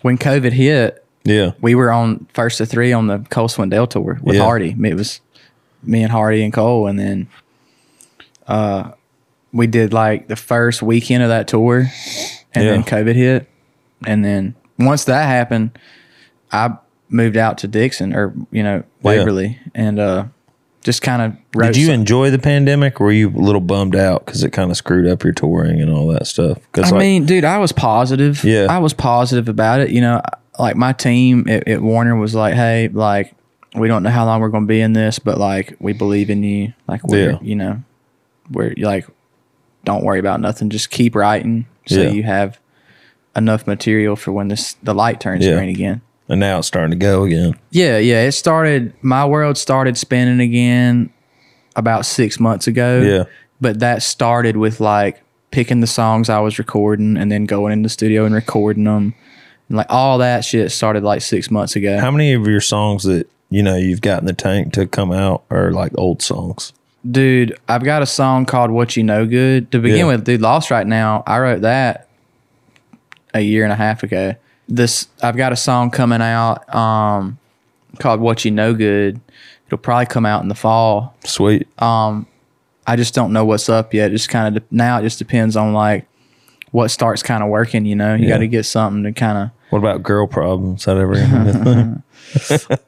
Speaker 1: when COVID hit,
Speaker 2: Yeah.
Speaker 1: we were on first of three on the Cole Swindell tour with
Speaker 2: Yeah.
Speaker 1: Hardy. It was me and Hardy and Cole, and then uh, we did like the first weekend of that tour, and
Speaker 2: Yeah.
Speaker 1: then COVID hit, and then once that happened, I moved out to Dixon or you know Waverly, and uh, just kind of
Speaker 2: Did you enjoy the pandemic? Or were you a little bummed out because it kind of screwed up your touring and all that stuff? Because
Speaker 1: I mean, dude, I was positive.
Speaker 2: Yeah.
Speaker 1: I was positive about it. You know, like my team at, at Warner was like, "Hey, like we don't know how long we're going to be in this, but like we believe in you. Like we're,
Speaker 2: Yeah.
Speaker 1: you know, we're like, don't worry about nothing. Just keep writing so
Speaker 2: Yeah.
Speaker 1: you have enough material for when this the light turns
Speaker 2: Yeah.
Speaker 1: green again."
Speaker 2: and now it's starting to go again.
Speaker 1: Yeah, yeah. It started. My world started spinning again about six months ago.
Speaker 2: Yeah.
Speaker 1: But that started with like picking the songs I was recording and then going in the studio and recording them, and like all that shit started like six months ago.
Speaker 2: How many of your songs that you know you've got in the tank to come out are like old songs?
Speaker 1: dude, I've got a song called "What You Know Good" to begin
Speaker 2: Yeah.
Speaker 1: with. Dude, "Lost Right Now," I wrote that a year and a half ago. This I've got a song coming out um, called "What You Know Good." It'll probably come out in the fall.
Speaker 2: Sweet.
Speaker 1: I just don't know what's up yet. It just kind of de- now it just depends on like what starts kind of working. You know, you
Speaker 2: Yeah.
Speaker 1: got to get something to kind of.
Speaker 2: what about girl problems? That ever?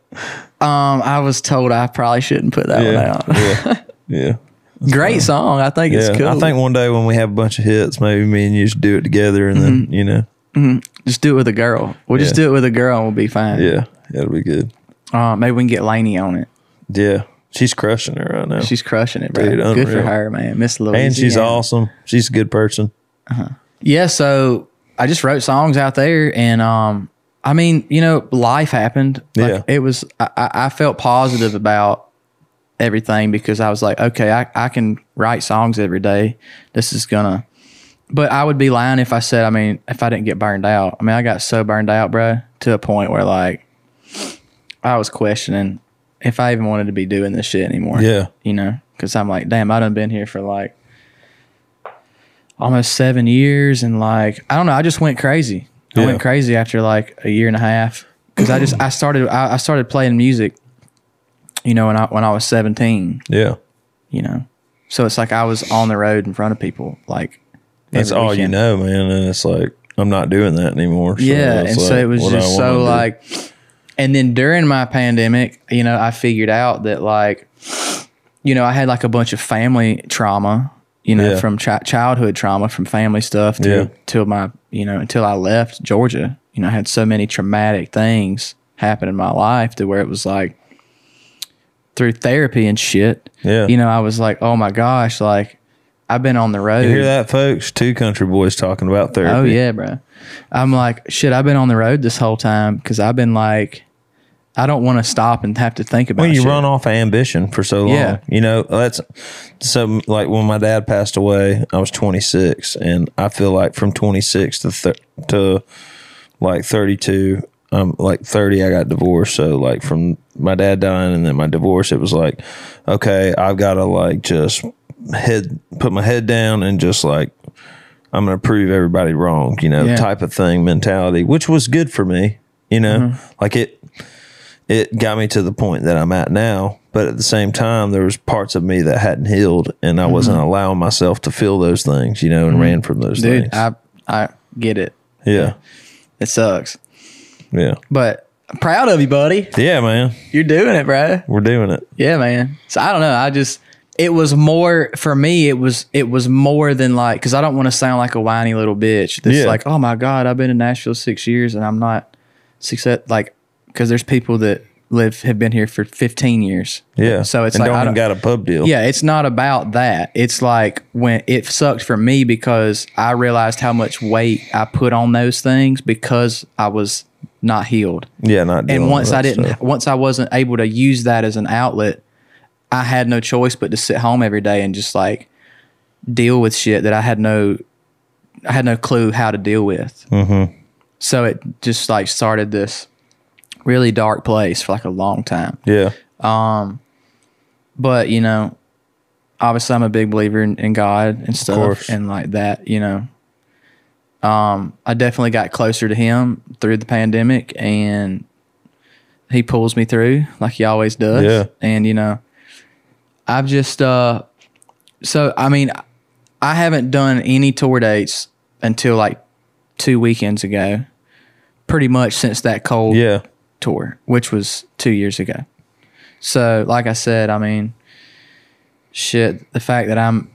Speaker 2: yeah.
Speaker 1: Um, I was told I probably shouldn't put that one out.
Speaker 2: yeah. Yeah.
Speaker 1: Great song. I think
Speaker 2: Yeah.
Speaker 1: it's cool.
Speaker 2: I think one day when we have a bunch of hits, maybe me and you should do it together, and
Speaker 1: Mm-hmm.
Speaker 2: then you know,
Speaker 1: just do it with a girl. We'll just
Speaker 2: Yeah.
Speaker 1: do it with a girl and we'll be fine.
Speaker 2: yeah, that'll be good.
Speaker 1: Uh, maybe we can get Lainey on it.
Speaker 2: Yeah, she's crushing it right now,
Speaker 1: She's crushing it, bro.
Speaker 2: Dude,
Speaker 1: Good for
Speaker 2: unreal.
Speaker 1: her, man. Miss Louisiana.
Speaker 2: and she's awesome. She's a good person.
Speaker 1: Yeah. So I just wrote songs out there and um, I mean, you know, life happened. Like,
Speaker 2: Yeah.
Speaker 1: It was, I, I I felt positive about everything because I was like, okay, I, I can write songs every day. This is gonna, but I would be lying if I said, I mean, if I didn't get burned out. I mean, I got so burned out, bro, to a point where like I was questioning if I even wanted to be doing this shit anymore.
Speaker 2: Yeah.
Speaker 1: You know, because I'm like, damn, I done been here for like almost seven years and like i don't know i just went crazy i
Speaker 2: Yeah.
Speaker 1: went crazy after like a year and a half because i just i started I, I started playing music you know when i when i was 17
Speaker 2: Yeah.
Speaker 1: you know so it's like i was on the road in front of people like
Speaker 2: That's
Speaker 1: every
Speaker 2: all you
Speaker 1: weekend.
Speaker 2: know, man. And it's like, I'm not doing that anymore. So
Speaker 1: yeah
Speaker 2: it's
Speaker 1: and so
Speaker 2: like,
Speaker 1: it was
Speaker 2: what do I
Speaker 1: just
Speaker 2: wanna
Speaker 1: so
Speaker 2: do?
Speaker 1: like and then during my pandemic you know i figured out that like you know i had like a bunch of family trauma you know
Speaker 2: Yeah.
Speaker 1: from chi- childhood trauma from family stuff till,
Speaker 2: Yeah.
Speaker 1: till my you know until i left georgia you know i had so many traumatic things happen in my life to where it was like through therapy and shit
Speaker 2: Yeah.
Speaker 1: you know i was like oh my gosh like i've been on the road
Speaker 2: You hear that, folks? Two country boys talking about therapy.
Speaker 1: Oh yeah, bro. I'm like, shit. I've been on the road this whole time because I've been like, I don't want to stop and have to think about.
Speaker 2: Well, you
Speaker 1: shit.
Speaker 2: run off ambition for so long.
Speaker 1: Yeah.
Speaker 2: You know, that's so like when my dad passed away, I was 26 and I feel like from 26 to thir- to like 32, um like 30 I got divorced. So like from my dad dying and then my divorce, it was like okay, I've got to like just head put my head down and just like I'm going to prove everybody wrong, you know,
Speaker 1: Yeah.
Speaker 2: type of thing mentality, which was good for me, you know.
Speaker 1: Mm-hmm.
Speaker 2: Like it it got me to the point that I'm at now. But at the same time, there was parts of me that hadn't healed, and I wasn't allowing myself to feel those things, you know, and ran from those
Speaker 1: Mm-hmm. dude.
Speaker 2: things.
Speaker 1: I I get it.
Speaker 2: yeah,
Speaker 1: It sucks,
Speaker 2: yeah,
Speaker 1: but I'm proud of you, buddy.
Speaker 2: yeah, man.
Speaker 1: You're doing it, bro.
Speaker 2: We're doing it.
Speaker 1: Yeah, man. So I don't know. I just it was more for me. It was it was more than like because I don't want to sound like a whiny little bitch. That's
Speaker 2: Yeah.
Speaker 1: like, oh my god, I've been in Nashville six years and I'm not success. Like because there's people that live have been here for 15 years.
Speaker 2: Yeah.
Speaker 1: So it's
Speaker 2: and
Speaker 1: like
Speaker 2: don't
Speaker 1: I
Speaker 2: even
Speaker 1: don't,
Speaker 2: got a pub deal.
Speaker 1: Yeah, it's not about that. It's like when it sucked for me because I realized how much weight I put on those things because I was not healed.
Speaker 2: yeah, not.
Speaker 1: And
Speaker 2: dealing
Speaker 1: once
Speaker 2: with
Speaker 1: I
Speaker 2: that
Speaker 1: didn't,
Speaker 2: stuff.
Speaker 1: once I wasn't able to use that as an outlet, I had no choice but to sit home every day and just like deal with shit that I had no, I had no clue how to deal with. Mm-hmm. So it just like started this really dark place for like a long time
Speaker 2: Yeah,
Speaker 1: but you know obviously i'm a big believer in, in god and
Speaker 2: course.
Speaker 1: stuff and like that you know um i definitely got closer to him through the pandemic and he pulls me through like he always does
Speaker 2: Yeah.
Speaker 1: and you know i've just uh so i mean i haven't done any tour dates until like two weekends ago pretty much since that cold
Speaker 2: yeah,
Speaker 1: tour, which was two years ago. So, like I said, I mean, shit, the fact that I'm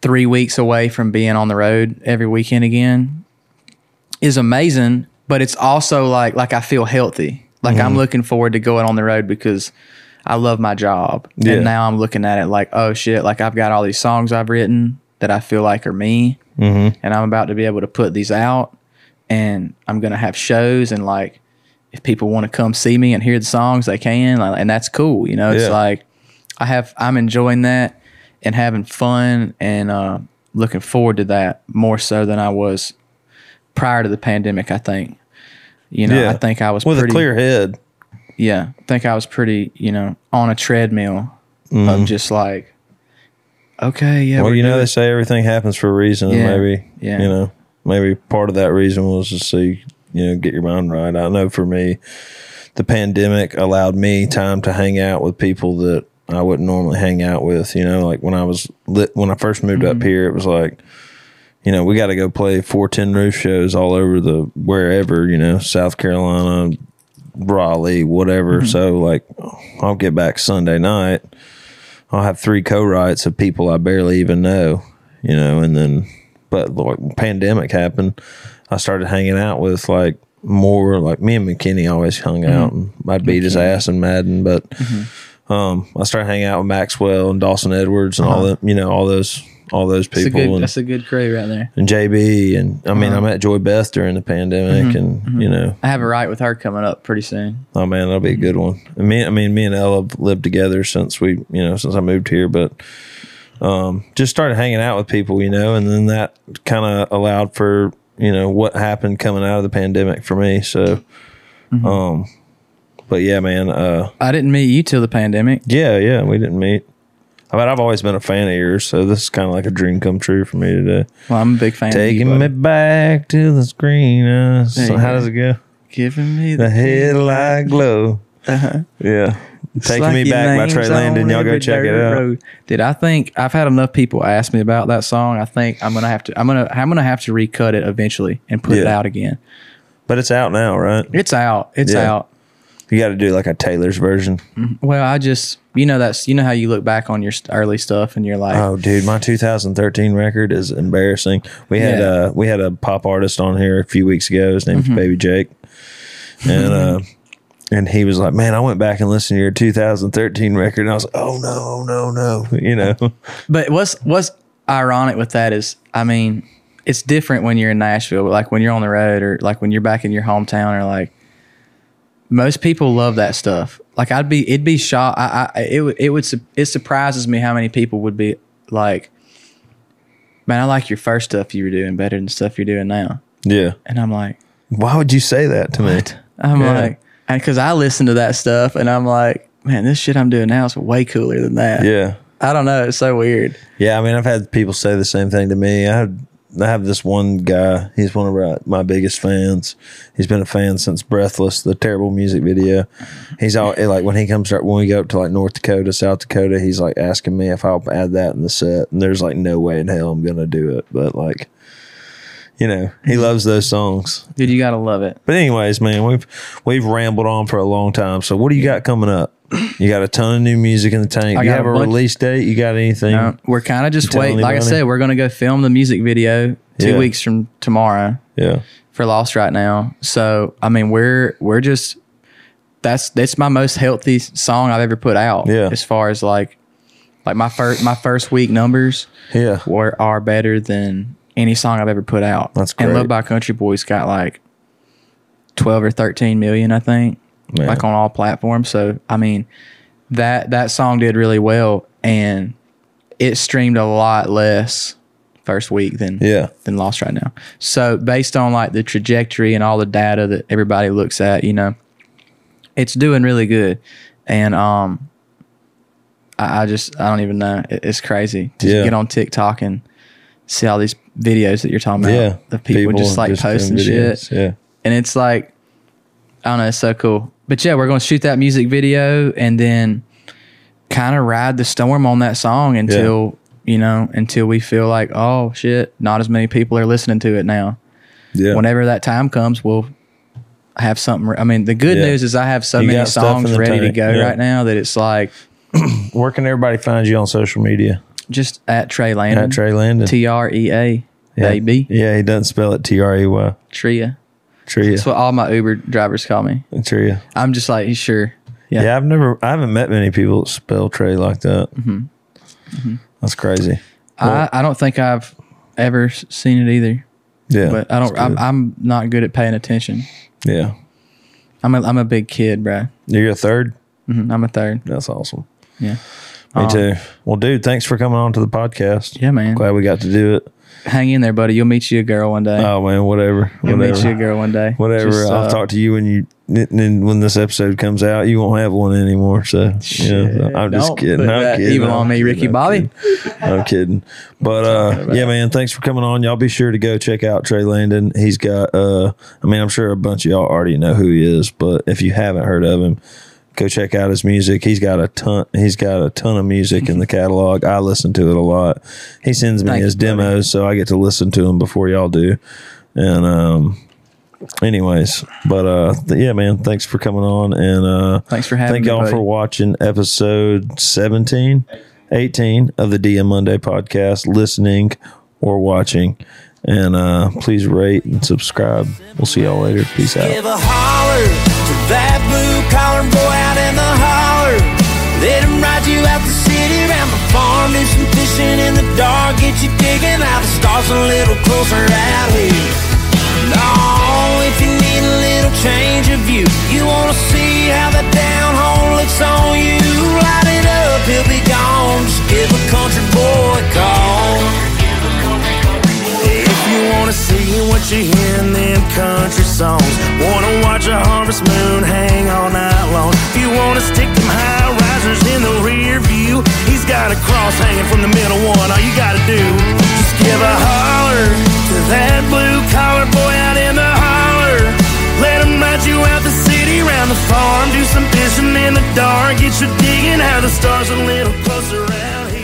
Speaker 1: three weeks away from being on the road every weekend again is amazing, but it's also like, like I feel healthy. Like I'm looking forward to going on the road because I love my job.
Speaker 2: Yeah.
Speaker 1: And now I'm looking at it like, oh shit, like I've got all these songs I've written that I feel like are me and I'm about to be able to put these out and I'm going to have shows and like if people want to come see me and hear the songs they can like, and that's cool you know it's
Speaker 2: Yeah.
Speaker 1: like I have I'm enjoying that and having fun and uh looking forward to that more so than I was prior to the pandemic I think you know
Speaker 2: yeah.
Speaker 1: I think I was
Speaker 2: with
Speaker 1: pretty
Speaker 2: a clear head.
Speaker 1: yeah I think I was pretty you know on a treadmill of just like okay yeah
Speaker 2: Well,
Speaker 1: we're
Speaker 2: you know,
Speaker 1: doing-
Speaker 2: they say everything happens for a reason. and
Speaker 1: Yeah,
Speaker 2: Maybe,
Speaker 1: yeah.
Speaker 2: you know, maybe part of that reason was to see, you know, get your mind right. I know for me, the pandemic allowed me time to hang out with people that I wouldn't normally hang out with. You know, like when I was lit, when I first moved
Speaker 1: Mm-hmm.
Speaker 2: up here, it was like, you know, we got to go play 410 roof shows all over the wherever, you know, South Carolina, Raleigh, whatever.
Speaker 1: Mm-hmm.
Speaker 2: So, like, I'll get back Sunday night. I'll have three co-writes of people I barely even know, you know, and then but like pandemic happened, I started hanging out with like more like me and McKinney always hung out and
Speaker 1: Mm-hmm.
Speaker 2: I would beat his ass in Madden, but um I started hanging out with Maxwell and Dawson Edwards and all that, you know, all those all those
Speaker 1: That's Uh-huh. a
Speaker 2: people
Speaker 1: good. Uh-huh.
Speaker 2: and,
Speaker 1: That's a good crew right there.
Speaker 2: and JB and I mean I met Joy Beth during the
Speaker 1: Mm-hmm.
Speaker 2: pandemic and you know
Speaker 1: I have a right with her coming up pretty soon.
Speaker 2: oh man that'll be a good one. And me I mean me and Ella have lived together since we you know since I moved here but um just started hanging out with people you know and then that kind of allowed for you know what happened coming out of the pandemic for me so
Speaker 1: Mm-hmm.
Speaker 2: um but yeah man uh
Speaker 1: I didn't meet you till the pandemic.
Speaker 2: Yeah, yeah, we didn't meet. I mean, I've always been a fan of yours, so this is kind of like a dream come true for me today.
Speaker 1: Well, I'm a big fan.
Speaker 2: Taking
Speaker 1: of you,
Speaker 2: me
Speaker 1: buddy.
Speaker 2: back to the screen. Uh,
Speaker 1: There
Speaker 2: so
Speaker 1: you
Speaker 2: how
Speaker 1: go.
Speaker 2: does it go?
Speaker 1: giving me the
Speaker 2: The
Speaker 1: Uh-huh.
Speaker 2: headlight glow. Yeah. Taking
Speaker 1: It's like
Speaker 2: Me
Speaker 1: your
Speaker 2: Back by
Speaker 1: name's
Speaker 2: Trey Landon.
Speaker 1: on
Speaker 2: Y'all go
Speaker 1: every
Speaker 2: check it
Speaker 1: dirt
Speaker 2: out.
Speaker 1: road. Dude, I think I've had enough people ask me about that song. I think I'm gonna have to. I'm gonna. I'm gonna have to recut it eventually and put it
Speaker 2: Yeah.
Speaker 1: out again.
Speaker 2: But it's out now, right?
Speaker 1: It's out. It's
Speaker 2: Yeah.
Speaker 1: out.
Speaker 2: You got to do like a Taylor's version.
Speaker 1: Well, I just you know that's you know how you look back on your st- early stuff and you're like,
Speaker 2: Oh, dude, my 2013 record is embarrassing. We had
Speaker 1: Yeah. Mm-hmm.
Speaker 2: uh we had a pop artist on here a few weeks ago. His name's Baby Jake, and uh, and he was like, "Man, I went back and listened to your 2013 record," and I was like, "Oh no, no, no!" You know,
Speaker 1: But what's what's ironic with that is, I mean, it's different when you're in Nashville, but like when you're on the road or like when you're back in your hometown or like most people love that stuff. Like I'd be, it'd be shocked. I, I, it would, it would, su- it surprises me how many people would be like, man, I like your first stuff you were doing better than the stuff you're doing now.
Speaker 2: yeah.
Speaker 1: And I'm like,
Speaker 2: Why would you say that to me?
Speaker 1: I'm
Speaker 2: Yeah.
Speaker 1: like, and cause I listen to that stuff and I'm like, man, this shit I'm doing now is way cooler than that.
Speaker 2: Yeah,
Speaker 1: I don't know. It's so weird.
Speaker 2: yeah. I mean, I've had people say the same thing to me. I had. I have this one guy. He's one of our- my biggest fans. He's been a fan since Breathless, the terrible music video. He's all like when he comes up when we go up to like North Dakota, South Dakota. He's like asking me if I'll add that in the set, and there's like no way in hell I'm gonna do it. But like, you know, he loves those songs.
Speaker 1: Dude, you gotta love it.
Speaker 2: But anyways, man, we've we've rambled on for a long time. So what do you got coming up? You got a ton of new music in the tank.
Speaker 1: I
Speaker 2: Do you
Speaker 1: got
Speaker 2: have
Speaker 1: a
Speaker 2: a,
Speaker 1: bunch-
Speaker 2: release date? You got anything?
Speaker 1: Uh, we're kind of just
Speaker 2: Tell
Speaker 1: waiting. Like I
Speaker 2: anybody?
Speaker 1: said, we're going to go film the music video two
Speaker 2: Yeah.
Speaker 1: weeks from tomorrow
Speaker 2: yeah.
Speaker 1: for Lost right now. So I mean, we're we're just that's that's my most healthy song I've ever put out.
Speaker 2: Yeah.
Speaker 1: As far as like like my first my first week numbers
Speaker 2: Yeah.
Speaker 1: were are better than any song I've ever put out.
Speaker 2: That's
Speaker 1: And Love
Speaker 2: great.
Speaker 1: by Country Boys got like twelve or thirteen million, I think
Speaker 2: Man.
Speaker 1: like on all platforms. So I mean, that that song did really well, and it streamed a lot less first week than
Speaker 2: Yeah.
Speaker 1: than Lost right now. So based on like the trajectory and all the data that everybody looks at, you know, it's doing really good, and um, I, I just I don't even know. It, it's crazy to
Speaker 2: Yeah.
Speaker 1: get on TikTok and see all these videos that you're talking about
Speaker 2: Yeah.
Speaker 1: of people, just like
Speaker 2: doing
Speaker 1: posting shit
Speaker 2: videos. Yeah.
Speaker 1: and it's like I don't know, it's so cool. But yeah, we're gonna shoot that music video and then kind of ride the storm on that song until you know until we feel like oh shit, not as many people are listening to it now.
Speaker 2: Yeah.
Speaker 1: Whenever that time comes, we'll have something. re- I mean, the good
Speaker 2: Yeah.
Speaker 1: news is I have so
Speaker 2: You
Speaker 1: many
Speaker 2: got stuff in
Speaker 1: songs
Speaker 2: the
Speaker 1: ready to
Speaker 2: tank,
Speaker 1: go
Speaker 2: yeah.
Speaker 1: right now that it's like
Speaker 2: Where can everybody find you on social media?
Speaker 1: just at Trey
Speaker 2: At
Speaker 1: Landon,
Speaker 2: Trey Landon.
Speaker 1: Mm-hmm. T R E A,
Speaker 2: yeah.
Speaker 1: baby,
Speaker 2: Yeah, he doesn't spell it T R E Y.
Speaker 1: Tria.
Speaker 2: Tria.
Speaker 1: That's what all my Uber drivers call me.
Speaker 2: Tria.
Speaker 1: I'm just like sure,
Speaker 2: Yeah.
Speaker 1: Yeah.
Speaker 2: I've never, I haven't met many people that spell Trey like that.
Speaker 1: Mm-hmm.
Speaker 2: That's crazy.
Speaker 1: I, I don't think I've ever s- seen it either.
Speaker 2: Yeah.
Speaker 1: But I don't.
Speaker 2: that's
Speaker 1: I'm,
Speaker 2: good.
Speaker 1: I'm not good at paying attention.
Speaker 2: yeah.
Speaker 1: I'm a, I'm a big kid, bro.
Speaker 2: You're a third.
Speaker 1: Mhm, I'm a third.
Speaker 2: That's awesome.
Speaker 1: Yeah.
Speaker 2: Me
Speaker 1: Um,
Speaker 2: too. Well, dude, thanks for coming on to the podcast.
Speaker 1: Yeah, man.
Speaker 2: Glad we got to do it.
Speaker 1: Hang in there, buddy. You'll meet you a girl one day.
Speaker 2: Oh man, whatever.
Speaker 1: You'll meet you a
Speaker 2: Whatever.
Speaker 1: girl one day.
Speaker 2: Whatever.
Speaker 1: Just,
Speaker 2: I'll
Speaker 1: uh,
Speaker 2: talk to you when you then when this episode comes out. You won't have one anymore. So you know,
Speaker 1: shit.
Speaker 2: I'm just
Speaker 1: Don't
Speaker 2: kidding.
Speaker 1: put
Speaker 2: I'm
Speaker 1: that
Speaker 2: kidding.
Speaker 1: evil
Speaker 2: I'm
Speaker 1: on me,
Speaker 2: kidding.
Speaker 1: Ricky
Speaker 2: I'm
Speaker 1: Bobby.
Speaker 2: kidding. I'm kidding. But uh, yeah, man, thanks for coming on. Y'all be sure to go check out Trey Landon. He's got uh, I mean, I'm sure a bunch of y'all already know who he is, but if you haven't heard of him, go check out his music. He's got a ton. He's got a ton of music in the catalog. I listen to it a lot. He sends me
Speaker 1: Thanks,
Speaker 2: his demos, so I get to listen to them before y'all do. And um, anyways, but uh, th- yeah, man, thanks for coming on, and uh,
Speaker 1: Thanks for having
Speaker 2: thank
Speaker 1: me,
Speaker 2: y'all
Speaker 1: buddy.
Speaker 2: for watching episode 17, 18 of the DM Monday podcast, listening or watching. And uh, please rate and subscribe. We'll see y'all later. Peace out.
Speaker 3: Give a holler to that blue collar boy out in the holler. Let him ride you out the city, round the farm, do some fishing in the dark, get you digging out the stars a little closer out here. No, if you need a little change of view, you wanna see how the down home looks on you. Light it up, he'll be gone. Just give a country boy a call. If you wanna see what you hear in them country songs, wanna watch a harvest moon hang all night long. If you wanna stick them high risers in the rear view, he's got a cross hanging from the middle one. All you gotta do is give a holler to that blue collar boy out in the holler. Let him ride you out the city, round the farm, do some fishing in the dark, get you digging how the stars a little closer out here.